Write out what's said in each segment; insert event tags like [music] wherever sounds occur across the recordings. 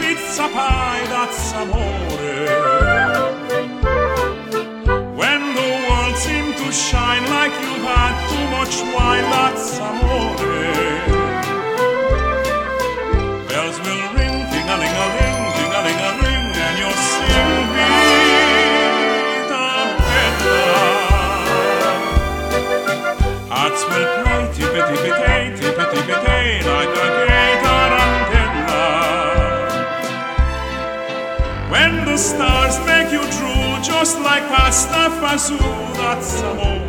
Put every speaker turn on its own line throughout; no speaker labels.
pizza pie, that's amore. When the world seemed to shine like you've had too much wine, that's amore. Bells will ring, ting-a-ling-a-ling, ting-a-ling-a-ling, and you'll sing Vita Bella. Hearts will play tippy tippy tay, tippy tippy tay, like a gay tarantella. When the stars make you drool, just like pasta fazool, that's amore.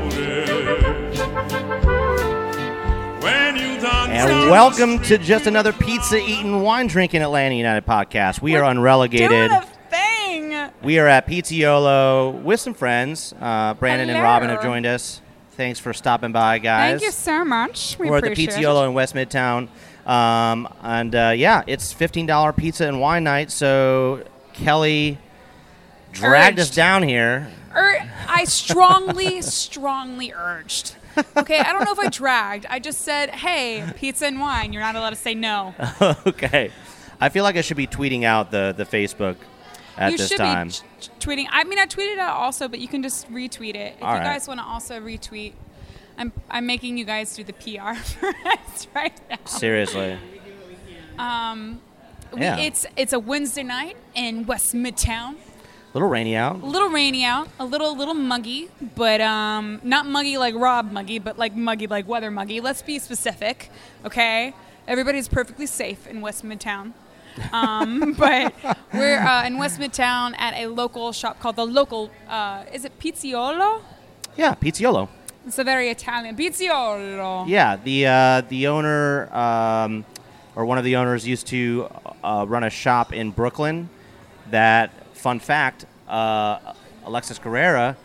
When you dance,
And welcome to just another pizza eating, wine drinking Atlanta United podcast. We are
Doing
unrelegated.
a thing.
We are at Pizziolo with some friends. Uh, Brandon and
Hello.
Robin have joined us. Thanks for stopping by, guys.
Thank you so much. We
We're at the
appreciate
Pizziolo in West Midtown. Um, and uh, yeah, it's $15 pizza and wine night. So Kelly dragged us
Urged.
down here.
it. Ur- Er, I strongly, [laughs] strongly urged. Okay, I don't know if I dragged. I just said, "Hey, pizza and wine. You're not allowed to say no."
okay. I feel like I should be tweeting out the, the Facebook [laughs] at
you
this
should
time.
be t- t- tweeting. I mean, I tweeted out also, but you can just retweet it if
All
you
right.
guys want to also retweet. I'm I'm making you guys do the PR [laughs] for us right now. [laughs]
Seriously.
We-
Yeah.
It's it's a Wednesday night in West Midtown.
little rainy out.
A little rainy out, a little little muggy, but um, not muggy like Rob muggy, but like muggy like weather muggy. Let's be specific, okay? Everybody's perfectly safe in West Midtown. Um, [laughs] but we're uh, in West Midtown at a local shop called the local. Uh, is it Pizziolo?
Yeah, Pizziolo.
It's a very Italian Pizziolo.
Yeah, the uh, the owner um, or one of the owners used to uh, run a shop in Brooklyn. That fun fact, uh, Alexis Guerrera,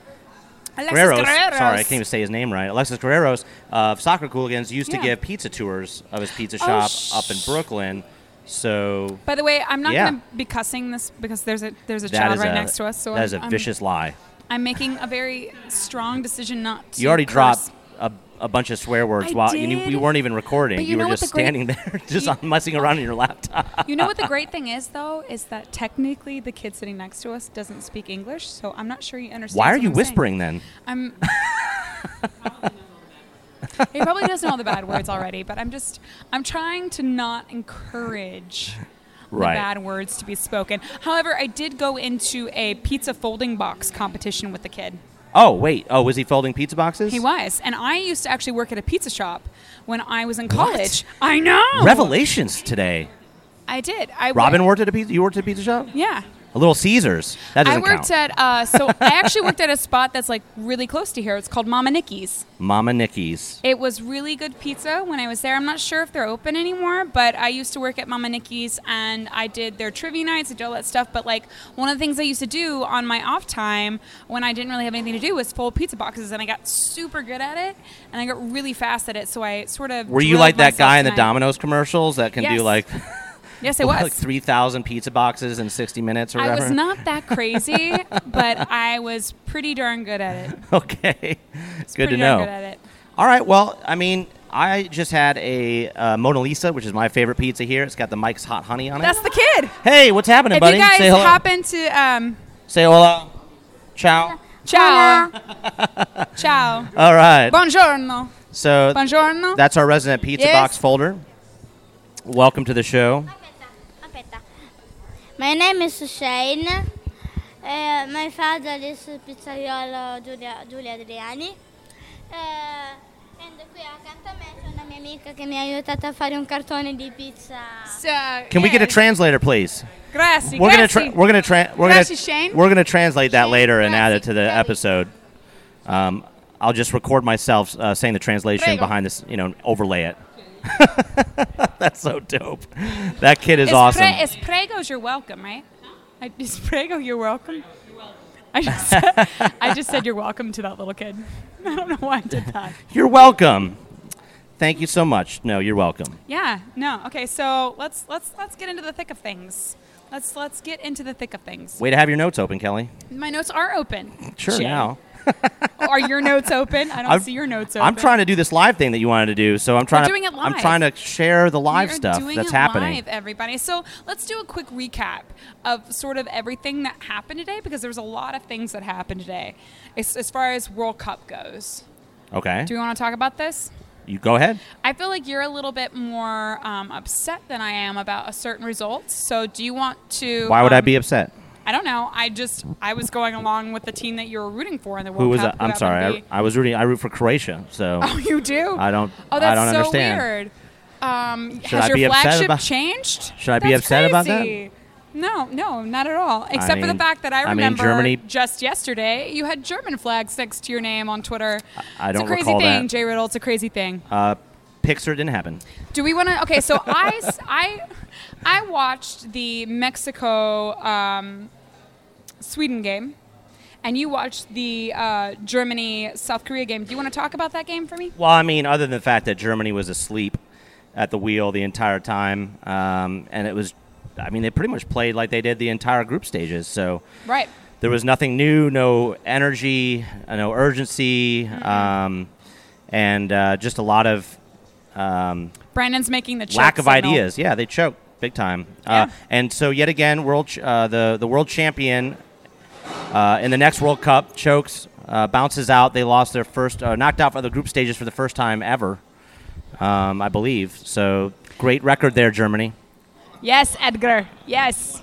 Alexis
Guerreros,
Guerreros.
sorry, I can't even say his name right. Alexis Guerreros of Soccer Cooligans used to
Yeah.
give pizza tours of his pizza
Oh,
shop
sh-
up in Brooklyn. So
By the way, I'm not
Yeah.
gonna be cussing this because there's a there's a
that
child
is
right
a
next to us. So
that
I'm,
is a
I'm-
vicious lie.
I'm making a very strong decision not to.
You already
curse.
dropped a, a bunch of swear words
I
while and you,
did.
you weren't even recording.
But you know
were
what
just
the great-
standing [laughs] there, just
you-
messing around on your laptop.
You know what
[laughs]
the great thing is, though, is that technically the kid sitting next to us doesn't speak English, so I'm not sure he understands.
Why are
what
you
I'm saying.
whispering then? [laughs]
I'm. [laughs] he probably does know all the bad words already, but I'm just I'm trying to not encourage
Right.
the bad words to be spoken. However, I did go into a pizza folding box competition with the kid.
Oh wait. Oh, was he folding pizza boxes?
He was, and I used to actually work at a pizza shop when I was in college. I know.
Revelations today.
I did. I
Robin worked
worked-
at a pizza. You worked at a pizza shop.
Yeah.
A Little Caesars. That
I
doesn't
worked
count.
at uh, so
[laughs]
I actually worked at a spot that's like really close to here. It's called Mama Nicky's.
Mama Nicky's.
It was really good pizza when I was there. I'm not sure if they're open anymore, but I used to work at Mama Nicky's and I did their trivia nights, I did all that stuff. But like one of the things I used to do on my off time when I didn't really have anything to do was fold pizza boxes, and I got super good at it and I got really fast at it. So I sort of
Were you
drilled
like that
myself
guy in the
tonight.
Domino's commercials that can
Yes.
do like,
Yes, I
[laughs]
was.
like three thousand pizza boxes in sixty minutes or
I
whatever?
was not that crazy, but I was pretty darn good at it.
[laughs] Okay. good to
pretty darn
know.
good at it.
All right. Well, I mean, I just had a uh, Mona Lisa, which is my favorite pizza here. It's got the Mike's Hot Honey on it.
That's the kid.
hey, what's happening,
If
buddy?
you guys
Say hello.
happen to um,
Say hello. Ciao.
ciao, ciao,
All right.
buongiorno,
So
buongiorno.
that's our resident pizza
Yes.
box folder. Welcome to the show.
Aspetta, aspetta. My name is Shane. Uh, my father is pizzaiolo Giulia, Giulia Adriani. Uh, and qui accanto a me c'è una mia amica che mi ha aiutato a fare un cartone di pizza.
So, Can
Can we get a translator, please?
uh, Grazie,
We're gonna tra-
grazie.
we're gonna tra- we're gonna
Grazie, Shane.
we're gonna translate that later and add it to the
Grazie.
episode. Um, I'll just record myself uh, saying the translation
Prego.
behind this, you know, overlay it. [laughs] That's so dope. That kid is
Is
awesome.
Pre- is prego's you're welcome, right? I, is prego you're welcome? I just, said, I just said you're welcome to that little kid. [laughs] I don't know why I did that.
You're welcome. Thank you so much. No, you're welcome.
Yeah, no. Okay, so let's let's let's get into the thick of things. Let's let's get into the thick of things.
Way to have your notes open, Kelly.
My notes are open.
Sure
Shane.
now.
Are your notes open? I don't
I'm-
see your notes open.
I'm trying to do this live thing that you wanted to do, so I'm trying to.
doing it
I'm
live.
trying to share the live
we are
stuff
doing
that's
it
happening.
Live, everybody. So let's do a quick recap of sort of everything that happened today because there was a lot of things that happened today, as, as far as World Cup goes.
Okay,
Do we want to talk about this?
you go ahead.
I feel like you're a little bit more um, upset than I am about a certain result. So do you want to?
Why would I
um,
be upset?
I don't know. I just I was going along with the team that you were rooting for in the World
Who was?
Cup.
I'm
happened to
sorry.
be-
I, I was rooting. I root for Croatia, so
[laughs] oh, you do.
I don't.
Oh, that's
I don't
so
understand.
weird. Um,
Should
has
I
your
be upset
flagship
about-
changed?
Should I be
That's
upset about that?
crazy. No, no, not at all. Except for
mean-
the fact that I
I mean,
remember
Germany-
just yesterday you had German flags next to your name on Twitter.
I
it's
don't
a crazy
recall
thing,
that.
Jay Riddle. It's a crazy thing.
Uh, Pixar didn't happen.
Do we want to?
[laughs]
Okay, so I, s- I- I watched the Mexico um, Sweden game, and you watched the uh, Germany South Korea game. Do you want to talk about that game for me?
Well, I mean, other than the fact that Germany was asleep at the wheel the entire time, um, and it was, I mean, they pretty much played like they did the entire group stages. So
Right.
there was nothing new, no energy, uh, no urgency, um, and uh, just a lot of um,
Brandon's making the
lack
choke
of
signal.
ideas. Yeah, they choked big time. Uh,
Yeah.
and so yet again, world ch- uh, the the world champion uh, in the next World Cup chokes, uh, bounces out. They lost their first, uh, knocked out from the group stages for the first time ever, um, I believe. So great record there, Germany.
Yes, Edgar.
[laughs]
Yes.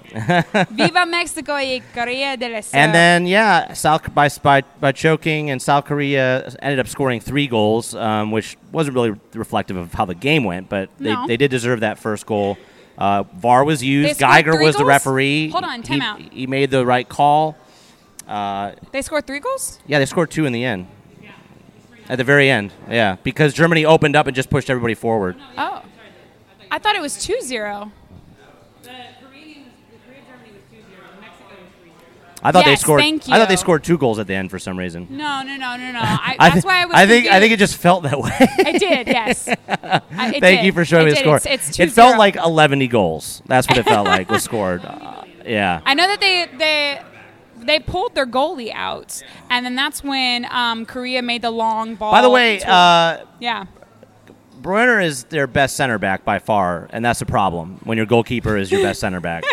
Viva Mexico y Korea del Sur.
And then yeah, South by, by by choking, and South Korea ended up scoring three goals, um, which wasn't really reflective of how the game went, but they,
No.
they did deserve that first goal. Uh, VAR was
They
used.
scored
Geiger
three
was the
goals?
referee.
Hold on,
He-
timeout.
He, made the right call.
they scored three goals?
Yeah, they scored two in the end. At the very end, yeah, because Germany opened up and just pushed everybody forward.
Oh. I thought it was 2 0.
I thought
Yes,
they scored.
thank
I thought they
you.
scored two goals at the end for some reason.
No, no, no,
[laughs]
no, no. I,
I
that's
thi-
why I was.
I think I think
confused.
it just felt that [laughs] way.
It
[laughs]
did, yes. I- it
Thank
did.
you for showing me
It
the
did.
score.
It's, it's
it felt
2-0.
like 11 goals. That's what it felt like was
[laughs]
scored. Uh, yeah.
I know that they they they pulled their goalie out, and then that's when um, Korea made the long ball.
By the way,
to-
uh,
yeah,
Breuner is their best center back by far, and that's a problem when your goalkeeper is your best center
[laughs]
back.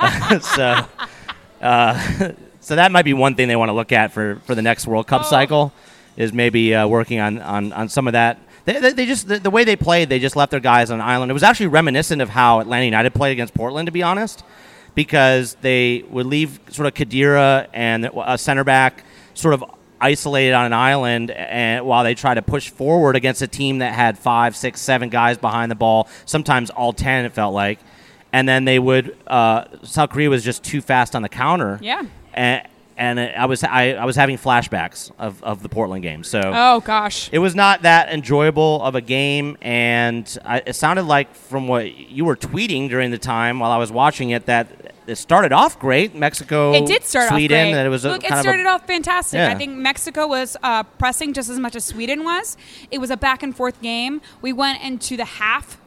[laughs] so, uh, so that might be one thing they want to look at for, for the next World Cup
Oh.
cycle is maybe uh, working on, on, on some of that. They, they, they just the, the way they played, they just left their guys on an island. It was actually reminiscent of how Atlanta United played against Portland, to be honest, because they would leave sort of Kadira and a center back sort of isolated on an island, and while they try to push forward against a team that had five, six, seven guys behind the ball, sometimes all ten. It felt like, and then they would. Uh, South Korea was just too fast on the counter.
Yeah.
and, and I was I, I was having flashbacks of, of the Portland game. So
oh gosh,
it was not that enjoyable of a game, and I, it sounded like from what you were tweeting during the time while I was watching it that it started off great. Mexico,
it did start
Sweden,
off great.
and it was a,
Look,
kind
it
of a-
started off fantastic.
Yeah.
I think Mexico was uh, pressing just as much as Sweden was. It was a back and forth game. We went into the half.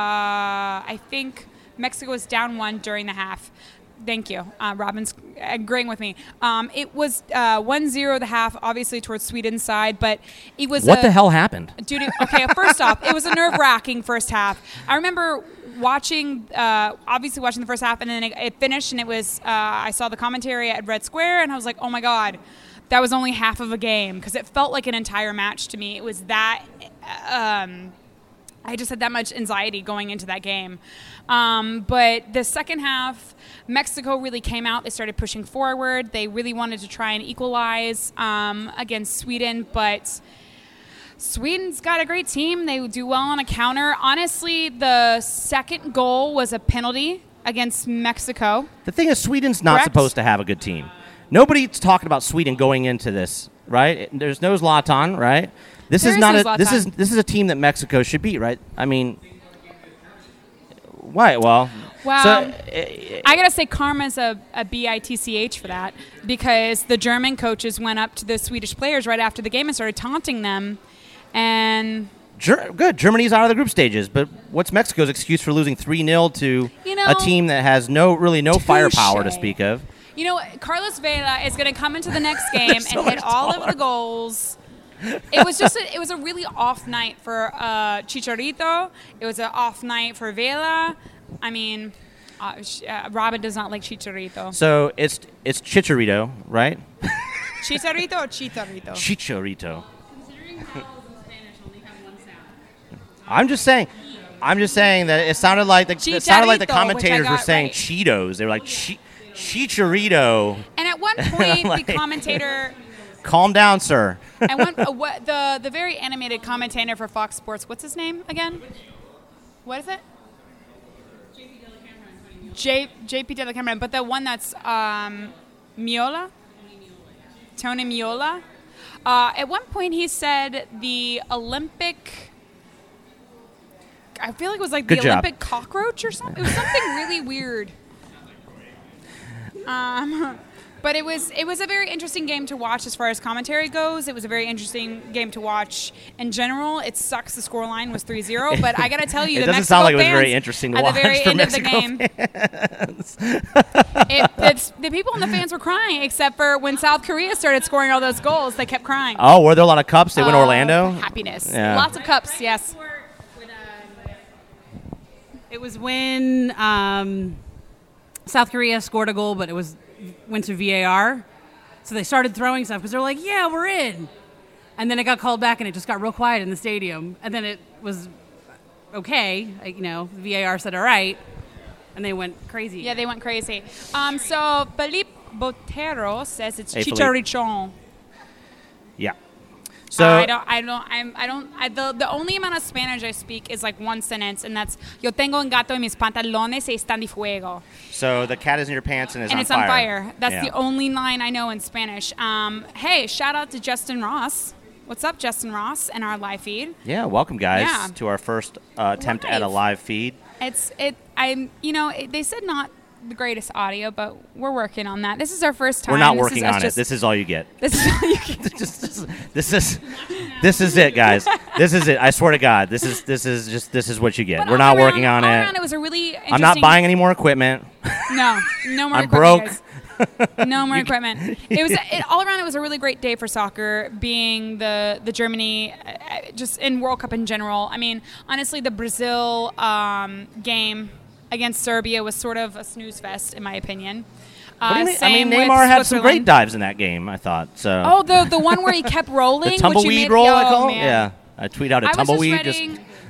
Uh, I think Mexico was down one during the half. Thank you. Uh, Robin's agreeing with me. Um, it was uh, 1 0 the half, obviously, towards Sweden's side, but it was
what
a-
the hell happened?
Dude, it- okay, first off, it was a nerve wracking first half. I remember watching, uh, obviously watching the first half, and then it, it finished, and it was, uh, I saw the commentary at Red Square, and I was like, oh my God, that was only half of a game, because it felt like an entire match to me. It was that. Um, I just had that much anxiety going into that game. Um, but the second half, Mexico really came out. They started pushing forward. They really wanted to try and equalize um, against Sweden, but Sweden's got a great team. They do well on a counter. Honestly, the second goal was a penalty against Mexico.
The thing is, Sweden's not
Correct.
supposed to have a good team. Nobody's talking about Sweden going into this, right? There's no Zlatan, right? This
There
is
is
not
no
a this is
Zlatan.
this is a team that Mexico should beat, right? I mean, why? Well,
Wow.
so
I gotta say, karma's a, a bitch for that because the German coaches went up to the Swedish players right after the game and started taunting them, and
Ger- good. Germany's out of the group stages, but what's Mexico's excuse for losing three 0 to
You know,
a team that has no really no firepower to
touche.
speak of?
You You know, Carlos Vela is going to come into the next game
so
and hit
much
all
taller.
of the goals. It was just a, it was a really off night for uh, Chicharito. It was an off night for Vela. I mean, uh, sh- uh, Robin does not like Chicharito.
So it's it's Chicharito, right?
Chicharito or Chicharito?
Chicharito.
Considering how in Spanish only have one sound.
I'm just saying. I'm just saying that it sounded like the it sounded like the
Chicharito, which I
commentators were
got
saying
right.
Cheetos. They were like "Chi- Chicharito.
And at one point,
Like-
the commentator,
Calm down, sir. [laughs]
at one, uh, what, the, the very animated commentator for Fox Sports, what's his name again? What is it? J, JP Della Cameron, but the one that's um, Miola? Tony Miola. Uh, at one point, he said the Olympic. I feel like it was like
Good
the
job.
Olympic cockroach or something. It was something really weird. Um, but it was it was a very interesting game to watch as far as commentary goes. It was a very interesting game to watch in general. It sucks the scoreline was 3-0, but I gotta
[laughs]
tell
It
you, the
doesn't
Mexico
sound like it was
fans
very interesting to
at
watch
the very
for
end
Mexico
of the game. it, it's, the people and the fans were crying, except for when South Korea started scoring all those goals, they kept crying.
Oh, were there a lot of cups? They went to
Uh,
Orlando.
Happiness.
Yeah.
Lots of cups, yes.
It was when um, South Korea scored a goal, but it was went to VAR. So they started throwing stuff because they're like, "Yeah, we're in," and then it got called back, and it just got real quiet in the stadium. And then it was okay, like, you know. VAR said, "All right," and they went crazy.
Yeah, they went crazy. Um, so Felipe Botero says it's
Hey, Felipe.
Chicharito.
Yeah. So
I don't, I don't, I'm, I don't, I, the, the only amount of Spanish I speak is like one sentence, and that's Yo tengo un gato en mis pantalones y están de fuego.
so the cat is in your pants and it's
and
on
it's
fire.
on fire. That's
Yeah.
the only line I know in Spanish. Um, hey, shout out to Justin Ross. What's up, Justin Ross, and our live feed?
Yeah, welcome guys
Yeah.
to our first uh, attempt at a
Live.
live feed.
It's it. I'm. You know, it, they said not the greatest audio, but we're working on that. This is our first time.
We're not
This
working
is us
on
just-
it. This is all you get.
[laughs]
[laughs]
this is all you can-
Just- just- this is this is it, guys. This is it. I swear to God, this is this is just this is what you get.
but
We're
all
not
around-
working on
[laughs] all
it.
around was a really.
I'm not
interesting-
buying any more equipment.
No, no more.
I'm
equipment, guys.
[laughs]
No more equipment. It was it, all around. It was a really great day for soccer, being the the Germany, uh, uh, just in World Cup in general. I mean, honestly, the Brazil um, game against Serbia was sort of a snooze fest, in my opinion. Uh,
What do you mean? I mean,
same with
Neymar had some great
Switzerland.
dives in that game. I thought so.
Oh, the the
[laughs]
one where he kept rolling,
the
which he
tumbleweed
made,
roll,
oh,
I call it.
man.
Yeah, I tweet out a
I was just
tumbleweed
reading.
[laughs]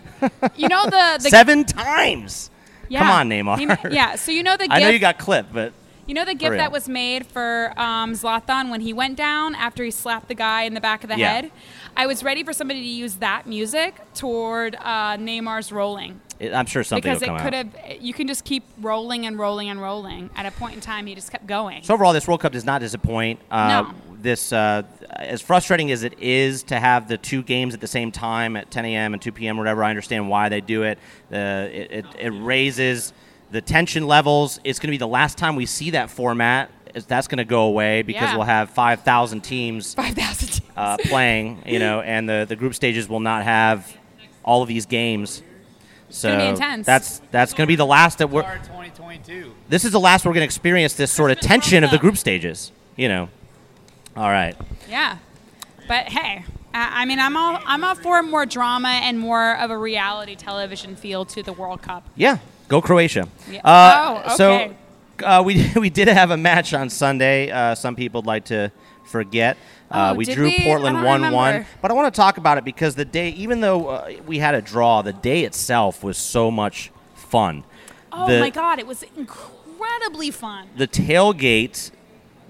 you know the, the
seven times.
yeah.
Come on, Neymar.
He ma- yeah, so you know the.
[laughs] I know
gift-
you got clipped, but
You know the gift
real.
that was made for um, Zlatan when he went down after he slapped the guy in the back of the
Yeah.
head? I was ready for somebody to use that music toward uh, Neymar's rolling.
it, I'm sure something
Because
will
it
come
could
out.
have, you can just keep rolling and rolling and rolling. At a point in time, he just kept going. [laughs]
So overall, this World Cup does not disappoint. Uh,
No.
This, uh, as frustrating as it is to have the two games at the same time at 10 a.m. and 2 p.m. Whatever, I understand why they do it. Uh, it, it, it raises the tension levels. It's going to be the last time we see that format. Is- That's going to go away because
Yeah.
we'll have 5,000 teams [laughs]
5,000. [laughs]
uh, playing, you know, and the, the group stages will not have all of these games. So
gonna be intense.
that's that's going to be the last that we're.
2022.
This is the last we're going to experience this sort of tension of the group stages. You know. All right.
Yeah, but hey, I, I mean, I'm all I'm all for more drama and more of a reality television feel to the World Cup.
Yeah. Go Croatia.
Yeah.
Uh,
Oh, okay.
So uh, we [laughs] we did have a match on Sunday. Uh, some people would like to forget. Uh,
Oh,
we
did
drew
we? I
Portland
don't
one-one,
remember.
but I want to talk about it because the day, even though uh, we had a draw, the day itself was so much fun.
Oh
The-
my God, it was incredibly fun.
the tailgate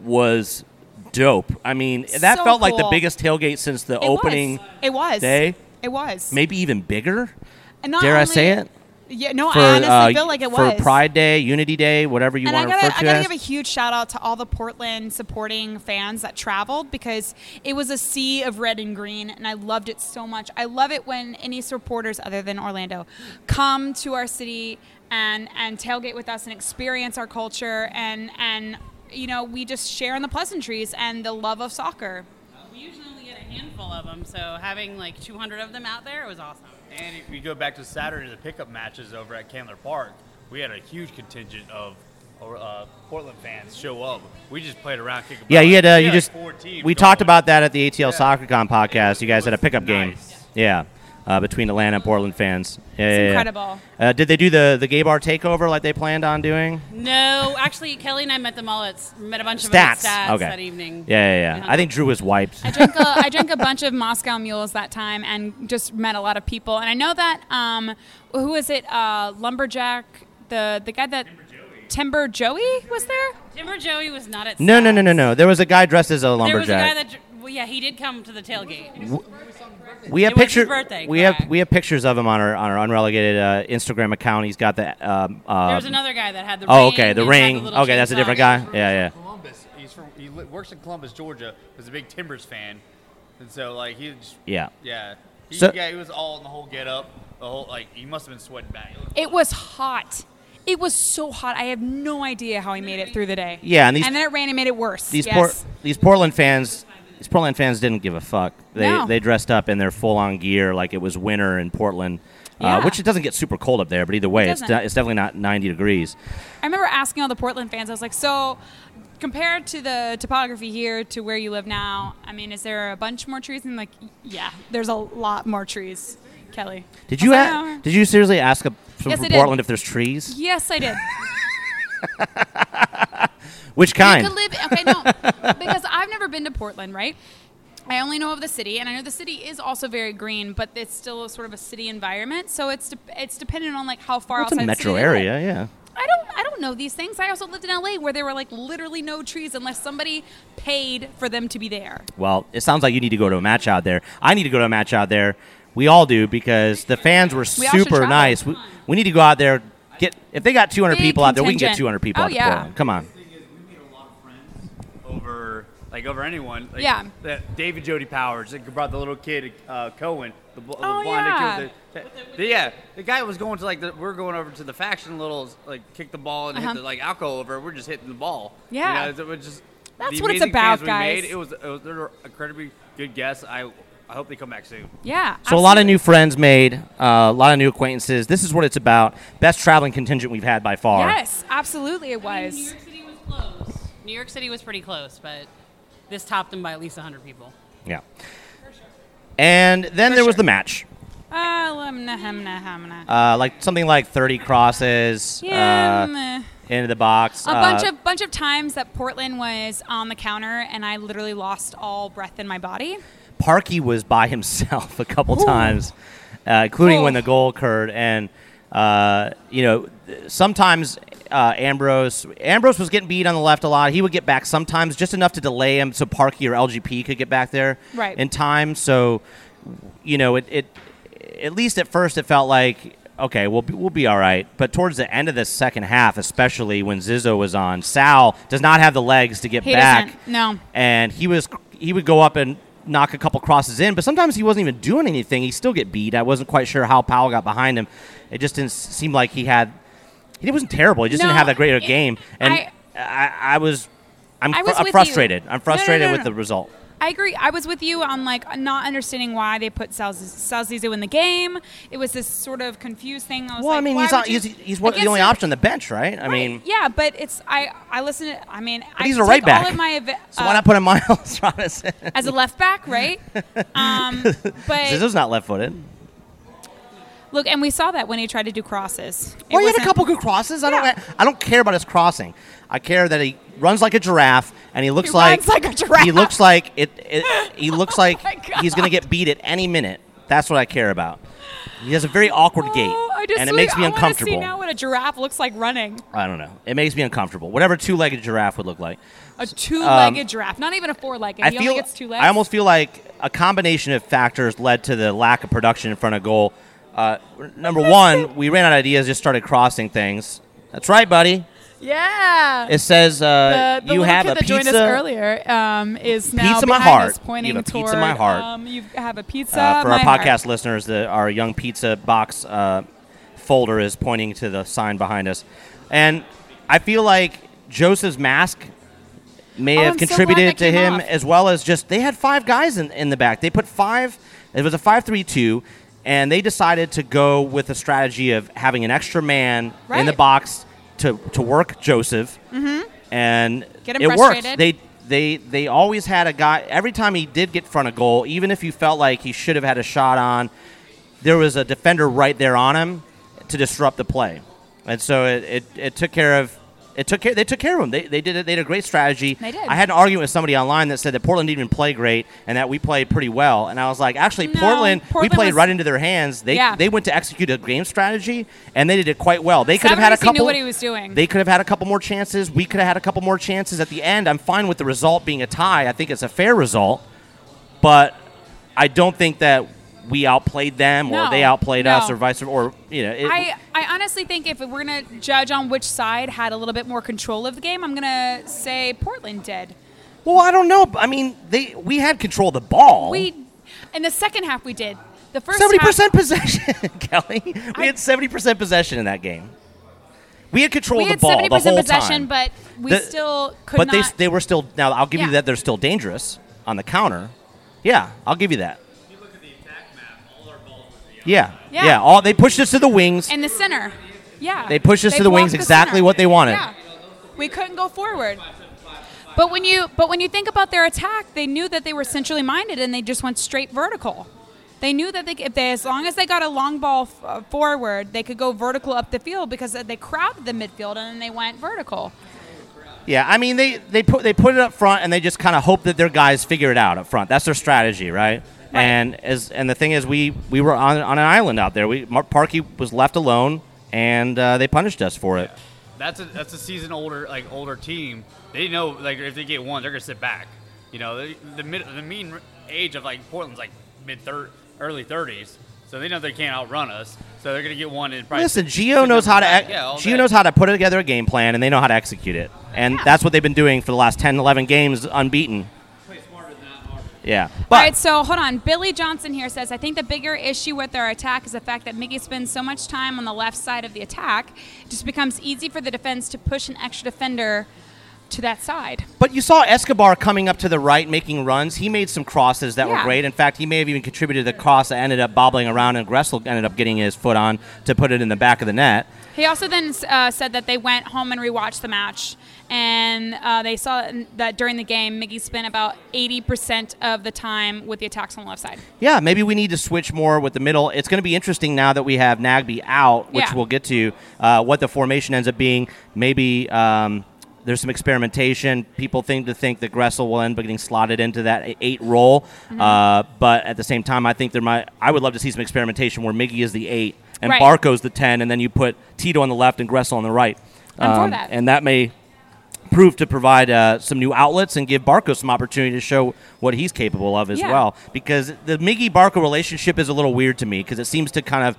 was dope. I mean, that
So
felt like the
cool.
biggest tailgate since the opening
was. It was.
day.
It was.
Maybe even bigger.
And not
Dare I
only-
say it?
Yeah, no, I honestly
uh,
feel like it
for
was.
Pride Day, Unity Day, whatever you
and I
want to
gotta,
refer to
I gotta
as.
give a huge shout out to all the Portland supporting fans that traveled because it was a sea of red and green, and I loved it so much. I love it when any supporters other than Orlando come to our city and and tailgate with us and experience our culture and and you know we just share in the pleasantries and the love of soccer.
We usually only get a handful of them, so having like 200 of them out there was awesome.
And if you go back to Saturday, the pickup matches over at Candler Park, we had a huge contingent of or uh, Portland fans show up. We just played around kicking.
Yeah,
butt.
you had uh,
We
you
like
just
four teams
we
going.
talked about that at the ATL SoccerCon podcast. You guys had a
was
pickup game,
nice.
yeah, uh, between Atlanta and Portland fans. Yeah, yeah, yeah.
incredible.
Uh, did they do the the gay bar takeover like they planned on doing?
No, actually, Kelly and I met them all at s- met a bunch of them at
Stats.
stats
okay.
that evening.
Yeah, yeah, yeah. I think Drew was wiped.
I drank, a, I drank a bunch of Moscow mules that time and just met a lot of people. And I know that um, who is it? Uh, Lumberjack, the the guy that Timber Joey, was there.
Timber Joey was not at.
No, no, no, no,
Stats.
no. There was a guy dressed as a
There was a guy
lumberjack.
that. dr- Well, yeah, he did come to the tailgate.
we have
It was his
pictures.
birthday,
We have
correct.
we have pictures of him on our on our unrelegated uh, Instagram account. He's got the. Um, uh,
there was another guy that had the.
oh,
ring
okay. The
and had
ring.
little
okay, that's a
chainsaw.
different guy. Yeah, yeah.
Columbus. He's from. He li- works in Columbus, Georgia. Was a big Timbers fan, and so like he. Just,
Yeah.
Yeah. He,
So-
yeah, he was all in the whole get up. The whole like he must have been sweating back.
It was hot. It was so hot. I have no idea how I made it through the day.
Yeah, and these-
then it rained and made it worse.
These
yes.
Port these Portland fans. These Portland fans didn't give a fuck. They
No.
they dressed up in their full on gear like it was winter in Portland, uh,
Yeah.
which it doesn't get super cold up there. But either way, it's,
doesn't.
de- it's definitely not 90 degrees.
I remember asking all the Portland fans. I was like, so compared to the topography here to where you live now, I mean, is there a bunch more trees? And like, yeah, there's a lot more trees. Kelly,
Did
I
you
was like,
a-
"Oh."
did you seriously ask a, from,
Yes, I
from
did.
Portland if there's trees?
Yes, I did.
Which kind?
You could live. Okay, no, because I've never been to Portland, right? I only know of the city, and I know the city is also very green, but it's still sort of a city environment. So it's de- it's dependent on like how far
Well, it's
outside
a metro
the city you live.
area, yeah.
I don't I don't know these things. I also lived in LA where there were like literally no trees unless somebody paid for them to be there.
Well, it sounds like you need to go to a match out there. I need to go to a match out there. We all do because the fans were
all should
super
travel.
nice. We, we need to go out there. Get if they got 200
Big
people out there, we can get 200
contingent.
people
Oh,
out to
yeah.
Portland. Come on.
thing is, we made a lot of friends over, like, over anyone. Like,
Yeah.
That David Jody Powers, that brought the little kid, uh, Cohen, the, bl-
Oh,
the blonde
yeah.
kid. With the, the- yeah, the guy was going to like the, we're going over to the faction little like kick the ball and hit
Uh-huh.
the like alcohol over. We're just hitting the ball.
Yeah.
you know, it was just
That's
the
what it's
amazing
about,
fans we
guys.
Made. It was it was they were incredibly good guests. I I hope they come back soon.
Yeah.
So a lot of new friends made, uh, a lot of new acquaintances. This is what it's about. Best traveling contingent we've had by far.
Yes, absolutely it
I
was.
mean, New York City was close. New York City was pretty close, but this topped them by at least 100 people.
Yeah. And then there was
sure.
the match.
Ah, lemna, hemna, hemna.
Uh, like something like 30 crosses
Yeah,
uh,
meh.
into the box.
a
Uh,
bunch of bunch of times that Portland was on the counter and I literally lost all breath in my body.
Parky was by himself [laughs] a couple times, uh, including when
Oh.
the goal occurred. And uh, you know, th- sometimes uh, Ambrose Ambrose was getting beat on the left a lot. He would get back sometimes, just enough to delay him, so Parky or LGP could get back there
Right.
in time. So you know, it, it at least at first it felt like. Okay, we'll be, we'll be all right. But towards the end of the second half, especially when Zizzo was on, Sal does not have the legs to get
He
back
doesn't. No.
and he was he would go up and knock a couple crosses in, but sometimes he wasn't even doing anything. He still get beat. I wasn't quite sure how Powell got behind him. It just didn't s- seem like he had. He wasn't terrible. He just
No,
didn't have that great a
it-
game, and I,
I-
I, was. I'm,
I was
fr-
with you.
frustrated. I'm
No, no, no,
frustrated
no,
with
no.
the result.
I agree. I was with you on like not understanding why they put Sal Zizo in the game. It was this sort of confused thing. I was
Well,
like,
I mean,
why
he's
would
on,
you-
he's, he's one, the
Against
only
a-
option on the bench, right? I
Right,
mean,
yeah, but it's I I listen. To, I mean, I
he's a
take
right back.
All of my eva-
so
uh,
why not put a [laughs] Miles Robinson?
as a left back, right?
[laughs]
Um, but
Zizzo's not left-footed.
look, and we saw that when he tried to do crosses. It
Well, he had a
wasn't-
couple good crosses. I
Yeah.
don't. I don't care about his crossing. I care that he runs like a giraffe, and he looks
He
like,
runs like a giraffe. Oh
he looks like it.
[laughs]
it he looks like
my God.
he's gonna get beat at any minute. That's what I care about. He has a very awkward
Oh, I
gait,
just
and it
really-
makes me
I wanna
uncomfortable.
See now what a giraffe looks like running.
I don't know. It makes me uncomfortable. Whatever two-legged giraffe would look like.
A two-legged giraffe, not even a four-legged.
um, I
he
feel.
only gets two legs.
I almost feel like a combination of factors led to the lack of production in front of goal. Uh, number one, we ran out of ideas, just started crossing things. That's right, buddy.
yeah.
It says uh,
the, the
you
little
have
kid
a
that
pizza.
joined us earlier um, is now
Pizza my
behind
heart.
us pointing
You have a
toward.
pizza my heart.
Um, you have a pizza
Uh, for our
my heart.
podcast listeners, the, our young pizza box uh, folder is pointing to the sign behind us, and I feel like Joseph's mask may
Oh,
have
I'm so glad
contributed
that
to
came
him
off.
as well as just they had five guys in, in the back. They put five. It was a five-three-two, and they decided to go with a strategy of having an extra man in the
Right.
box to, to work Joseph, and
Get him
it worked.
frustrated.
They they they always had a guy. Every time he did get front of goal, even if you felt like he should have had a shot on, there was a defender right there on him to disrupt the play, and so it, it, it took care of. It took care. They took care of him. They, they did. it. They did a great strategy.
They did.
I had an argument with somebody online that said that Portland didn't even play great and that we played pretty well. And I was like, actually,
No,
Portland,
Portland
we played
was-
right into their hands. They
Yeah.
they went to execute a game strategy and they did it quite well. They could have had a
Savarese knew
couple.
what he was doing.
They could have had a couple more chances. We could have had a couple more chances at the end. I'm fine with the result being a tie. I think it's a fair result, but I don't think that we outplayed them or
No,
they outplayed
no.
us or vice versa. Or you know, it,
I, I honestly think if we're going to judge on which side had a little bit more control of the game, I'm going to say Portland did.
well, I don't know. I mean, they we had control of the ball.
We in the second half we did. The first
Oh. Seventy percent
half,
possession, [laughs] Kelly. We
I-
had seventy percent possession in that game. We had control
we
of the
had
ball
70%
the whole time.
possession, but we
The-
still could
but
not.
they they were still. Now I'll give you
Yeah.
that they're still dangerous on the counter. Yeah, I'll give you that.
If you look at the attack map, all our balls were beyond.
Yeah,
Yeah.
All they pushed us to the wings.
in the center. Yeah.
They pushed us to the
blocked
wings exactly
center.
what they wanted.
Yeah. We couldn't go forward. But when you but when you think about their attack, they knew that they were centrally minded and they just went straight vertical. They knew that they, if they, as long as they got a long ball f- uh, forward, they could go vertical up the field because they crowded the midfield and then they went vertical.
yeah, I mean they they put they put it up front and they just kind of hope that their guys figure it out up front. That's their strategy, right? And as and the thing is, we we were on on an island out there. We Mar- Parkey was left alone, and uh, they punished us for it.
That's a that's a season older like older team. They know like if they get one, they're gonna sit back. You know the the, mid, the mean age of like Portland's like mid thir early thirties, so they know they can't outrun us. So they're gonna get one and probably
Listen,
sit-
Geo
sit
knows
them
how to
back.
ac-
Yeah, all
Gio
day.
knows how to put together a game plan, and they know how to execute it, and that's what they've been doing for the last 10, 11 games, unbeaten. Yeah, but
All right, so hold on. Billy Johnson here says, I think the bigger issue with our attack is the fact that Mickey spends so much time on the left side of the attack. It just becomes easy for the defense to push an extra defender to that side.
But you saw Escobar coming up to the right, making runs. He made some crosses that were
Yeah.
great. In fact, he may have even contributed to the cross that ended up bobbling around, and Gressel ended up getting his foot on to put it in the back of the net.
He also then uh, said that they went home and rewatched the match, and uh, they saw that during the game, Mickey spent about 80% of the time with the attacks on the left side.
Yeah, maybe we need to switch more with the middle. It's going to be interesting now that we have Nagby out, which
Yeah.
we'll get to, uh, what the formation ends up being. Maybe um, there's some experimentation. People seem to think that Gressel will end up getting slotted into that e-, eight role.
Mm-hmm.
Uh, but at the same time, I think there might. I would love to see some experimentation where Miggy is the eight and
Right.
Barco's the ten, and then you put Tito on the left and Gressel on the right. Um,
I'm for that.
And that may prove to provide uh, some new outlets and give Barco some opportunity to show what he's capable of as
Yeah.
well. Because the Miggy Barco relationship is a little weird to me because it seems to kind of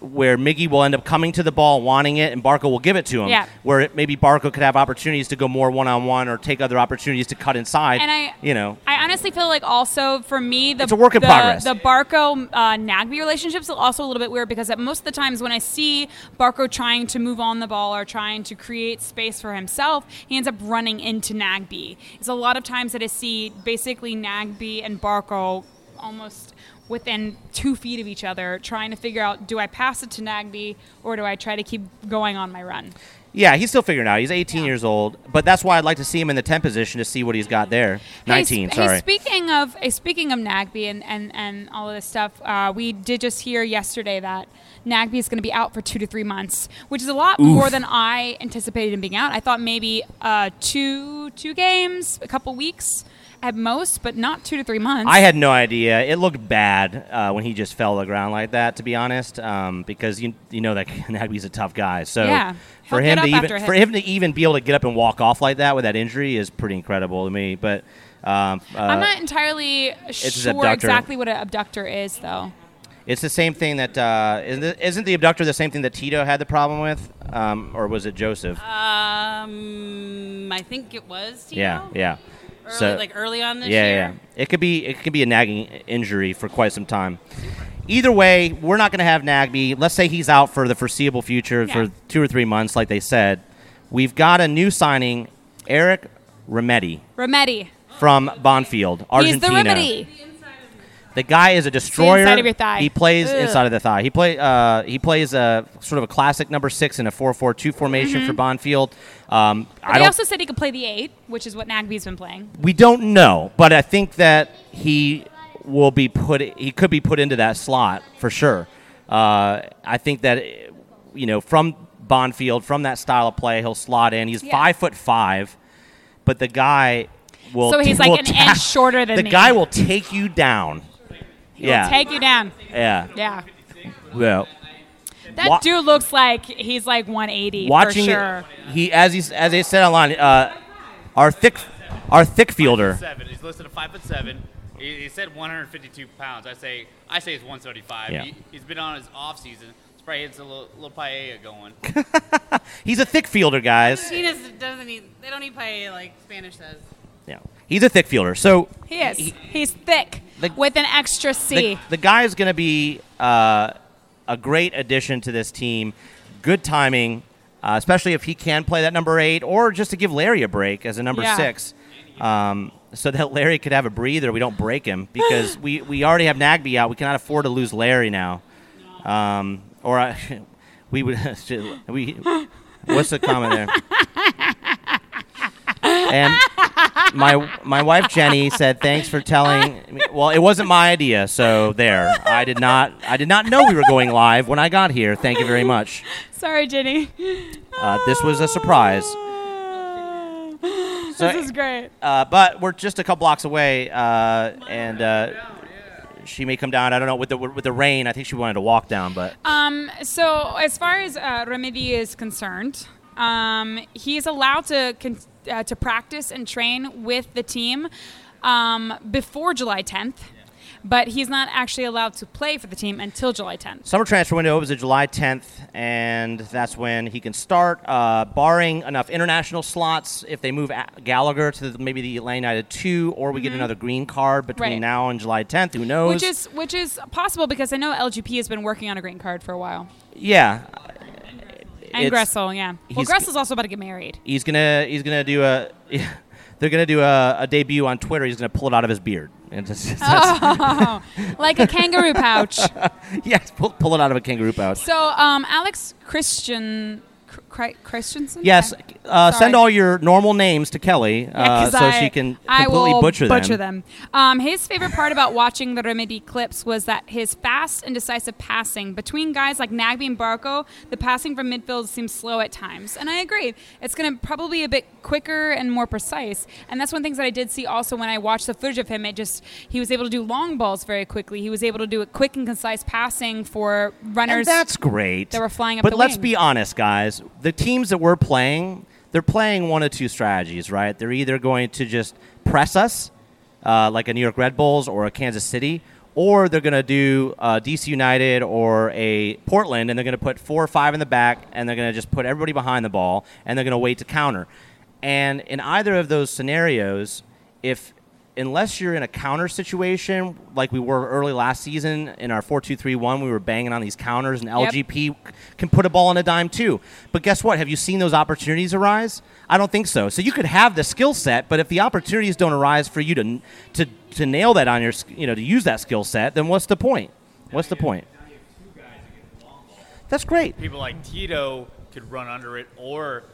where Miggy will end up coming to the ball, wanting it, and Barco will give it to him.
Yeah.
Where it, maybe Barco could have opportunities to go more one on one or take other opportunities to cut inside.
And I-
you know,
I honestly feel like also for me the
It's a work in
the,
progress.
The Barco uh, Nagby relationships are also a little bit weird because at most of the times when I see Barco trying to move on the ball or trying to create space for himself, he ends up running into Nagby. It's a lot of times that I see basically Nagby and Barco almost within two feet of each other trying to figure out do I pass it to Nagby or do I try to keep going on my run?
yeah, he's still figuring out. He's 18 years old, but that's why I'd like to see him in the 10 position to see what he's got there. 19,
Hey, sp- hey,
sorry.
speaking of hey, speaking of Nagby and, and, and all of this stuff, uh, we did just hear yesterday that Nagby is going to be out for two to three months, which is a lot more than I anticipated him being out. I thought maybe uh, two two games, a couple weeks at most, but not two to three months.
I had no idea. It looked bad uh, when he just fell to the ground like that, to be honest, um, because you you know that [laughs] Nagby's a tough guy. So
Yeah.
for
He'll
him
get
to
up after
even
a
for
hit.
him to even be able to get up and walk off like that with that injury is pretty incredible to me. But um,
I'm
uh,
not entirely
his
sure
abductor.
exactly what an abductor is, though.
it's the same thing that uh, isn't the- isn't the abductor the same thing that Tito had the problem with, um, or was it Joseph?
Uh,
Um, I think it was. Tino?
yeah, yeah.
Early, like early on this
yeah,
year.
yeah. It could be it could be a nagging injury for quite some time. Either way, we're not going to have Nagby. Let's say he's out for the foreseeable future
Yeah.
for two or three months, like they said. We've got a new signing, Eric Rometty
Remedy.
from Bonfield,
He's
Argentina.
the remedy.
The guy is a destroyer.
inside of your thigh.
He plays
Ugh.
inside of the thigh. He play uh, he plays a sort of a classic number six in a four four two formation for Bonfield. Um, I
Mm-hmm. But
don't.
they also said he could play the eight, which is what Nagby's been playing.
we don't know, but I think that he will be put. He could be put into that slot for sure. Uh, I think that you know from Bonfield from that style of play, he'll slot in. He's
Yeah.
five foot five, but the guy will.
So he's like
will
an
ta-
inch shorter than
the
me.
guy will take you down. yeah.
Take you down.
yeah.
Yeah.
Yeah.
That
Wa-
dude looks like he's like 180
Watching
for sure.
it, he as he as they said online, uh, our thick our thick fielder.
Seven. He's listed at five foot seven. He, he said 152 pounds. I say I say he's 175.
Yeah.
He, he's been on his off season. It's probably it's a little, little paella going.
He's a thick fielder, guys.
He doesn't, doesn't need, they don't need play like Spanish says.
Yeah, he's a thick fielder. So
He is.
he-
he's thick
The-
with an extra C.
the, the guy is going to be uh, a great addition to this team. Good timing, uh, especially if he can play that number eight, or just to give Larry a break as a number
Yeah.
six, um, so that [laughs] Larry could have a breather. We don't break him because we, we already have Nagby out. We cannot afford to lose Larry now. Um, or I, [laughs] we would [laughs] we. What's the comment there? And my my wife Jenny said thanks for telling. me- Well, it wasn't my idea, so there. I did not I did not know we were going live when I got here. Thank you very much.
Sorry, Jenny.
Uh, this was a surprise.
this
So-
is great.
Uh, but we're just a couple blocks away, uh, and uh, she may come down. I don't know with the with the rain. I think she wanted to walk down, but
Um, so as far as uh, Remedy is concerned, um, he is allowed to con- uh, to practice and train with the team um, before July 10th, but he's not actually allowed to play for the team until July 10th.
Summer transfer window opens at July 10th, and that's when he can start, uh, barring enough international slots. If they move a- Gallagher to the, maybe the Atlanta United 2, or we get another green card between
Mm-hmm. Right.
now and July 10th, who knows?
Which is which is possible because I know LGP has been working on a green card for a while,
yeah.
and
It's-
Gressel, yeah. Well,
he's-
Gressel's also about to get married.
He's gonna he's gonna do a [laughs] they're gonna do a, a debut on Twitter. He's gonna pull it out of his beard and just [laughs]
Oh. like a kangaroo pouch.
yes, pull, pull it out of a kangaroo pouch.
So, um, Alex Christian Cri- Christensen.
Yes,
Okay.
uh, send
Sorry.
all your normal names to Kelly
Yeah,
uh,
'cause
so
I-
she can
I
completely
will
butcher, them.
them. Um, his favorite part about watching the Remedy clips was that his fast and decisive passing between guys like Nagby and Barco, the passing from midfield seems slow at times, and I agree. It's going to probably a bit quicker and more precise, and that's one of the things that I did see also when I watched the footage of him. It just he was able to do long balls very quickly. He was able to do a quick and concise passing for
And
runners.
that's great.
that were flying up
But
the
let's
wing.
be honest, guys. The teams that we're playing, they're playing one of two strategies, right? They're either going to just press us, uh, like a New York Red Bulls or a Kansas City, or they're going to do uh, DC United or a Portland, and they're going to put four or five in the back, and they're going to just put everybody behind the ball, and they're going to wait to counter. And in either of those scenarios, if unless you're in a counter situation like we were early last season in our 4-2-3-1 we were banging on these counters and lgp can put a ball on a dime too but guess what have you seen those opportunities arise i don't think so so you could have the skill set but if the opportunities don't arise for you to to, to nail that on your sk- you know to use that skill set then what's the point what's the point that's great
People like Tito could run under it, or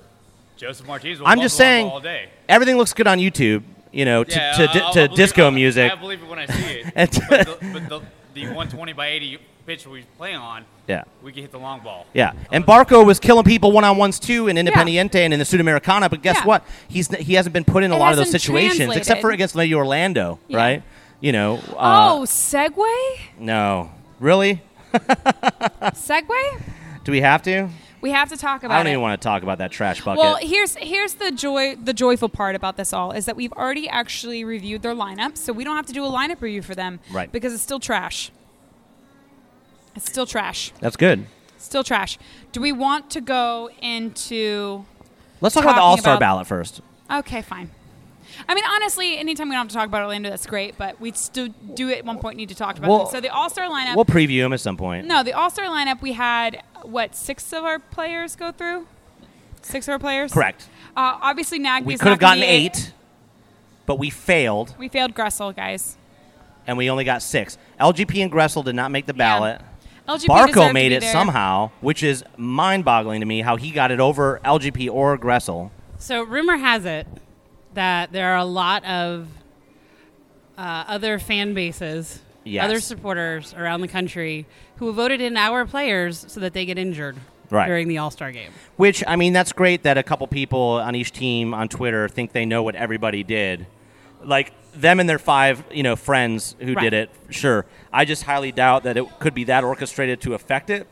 Joseph Martinez. Will
i'm
bump
just
the long
saying
ball all day.
everything looks good on youtube you know to,
Yeah,
to, di-
I'll- I'll
to
believe-
disco
I'll-
music
I believe it when I see it.
[laughs] And-
but the, but the, the 120 by 80 pitch we play on,
Yeah.
we can hit the long ball.
Yeah, and Barco was killing people one on ones too in Independiente and in the Sudamericana. But guess
Yeah.
what? He's he hasn't been put in a
It
lot of those
hasn't
situations except for
translated.
against Lady Orlando,
Yeah.
right? You know.
oh,
Uh,
Segway,
no, really?
Segway.
Do we have to?
We have to talk about.
I don't
it.
even want to talk about that trash bucket.
Well, here's here's the joy the joyful part about this all is that we've already actually reviewed their lineup, so we don't have to do a lineup review for them,
Right.
Because it's still trash. It's still trash.
That's good.
Still trash. Do we want to go into?
Let's talk about the
Talking
All Star
about-
ballot first.
Okay, fine. I mean, honestly, anytime we don't have to talk about Orlando, that's great. But we still do at one point need to talk about
Well,
them. So the All Star lineup.
We'll preview him at some point.
no, the All Star lineup. We had what six of our players go through? Six of our players.
Correct.
Uh, obviously, Nagby's
We
not
could have gotten
gonna be
eight, but we failed.
We failed Gressel, guys.
and we only got six. LGP and Gressel did not make the ballot.
LGP deserved
Barco
to
made
be
it
there.
somehow, which is mind-boggling to me how he got it over LGP or Gressel.
So rumor has it that there are a lot of uh, other fan bases,
Yes.
other supporters around the country who voted in our players so that they get injured
Right.
during the All Star game.
Which I mean, that's great that a couple people on each team on Twitter think they know what everybody did, like them and their five you know friends who
Right.
did it. Sure, I just highly doubt that it could be that orchestrated to affect it.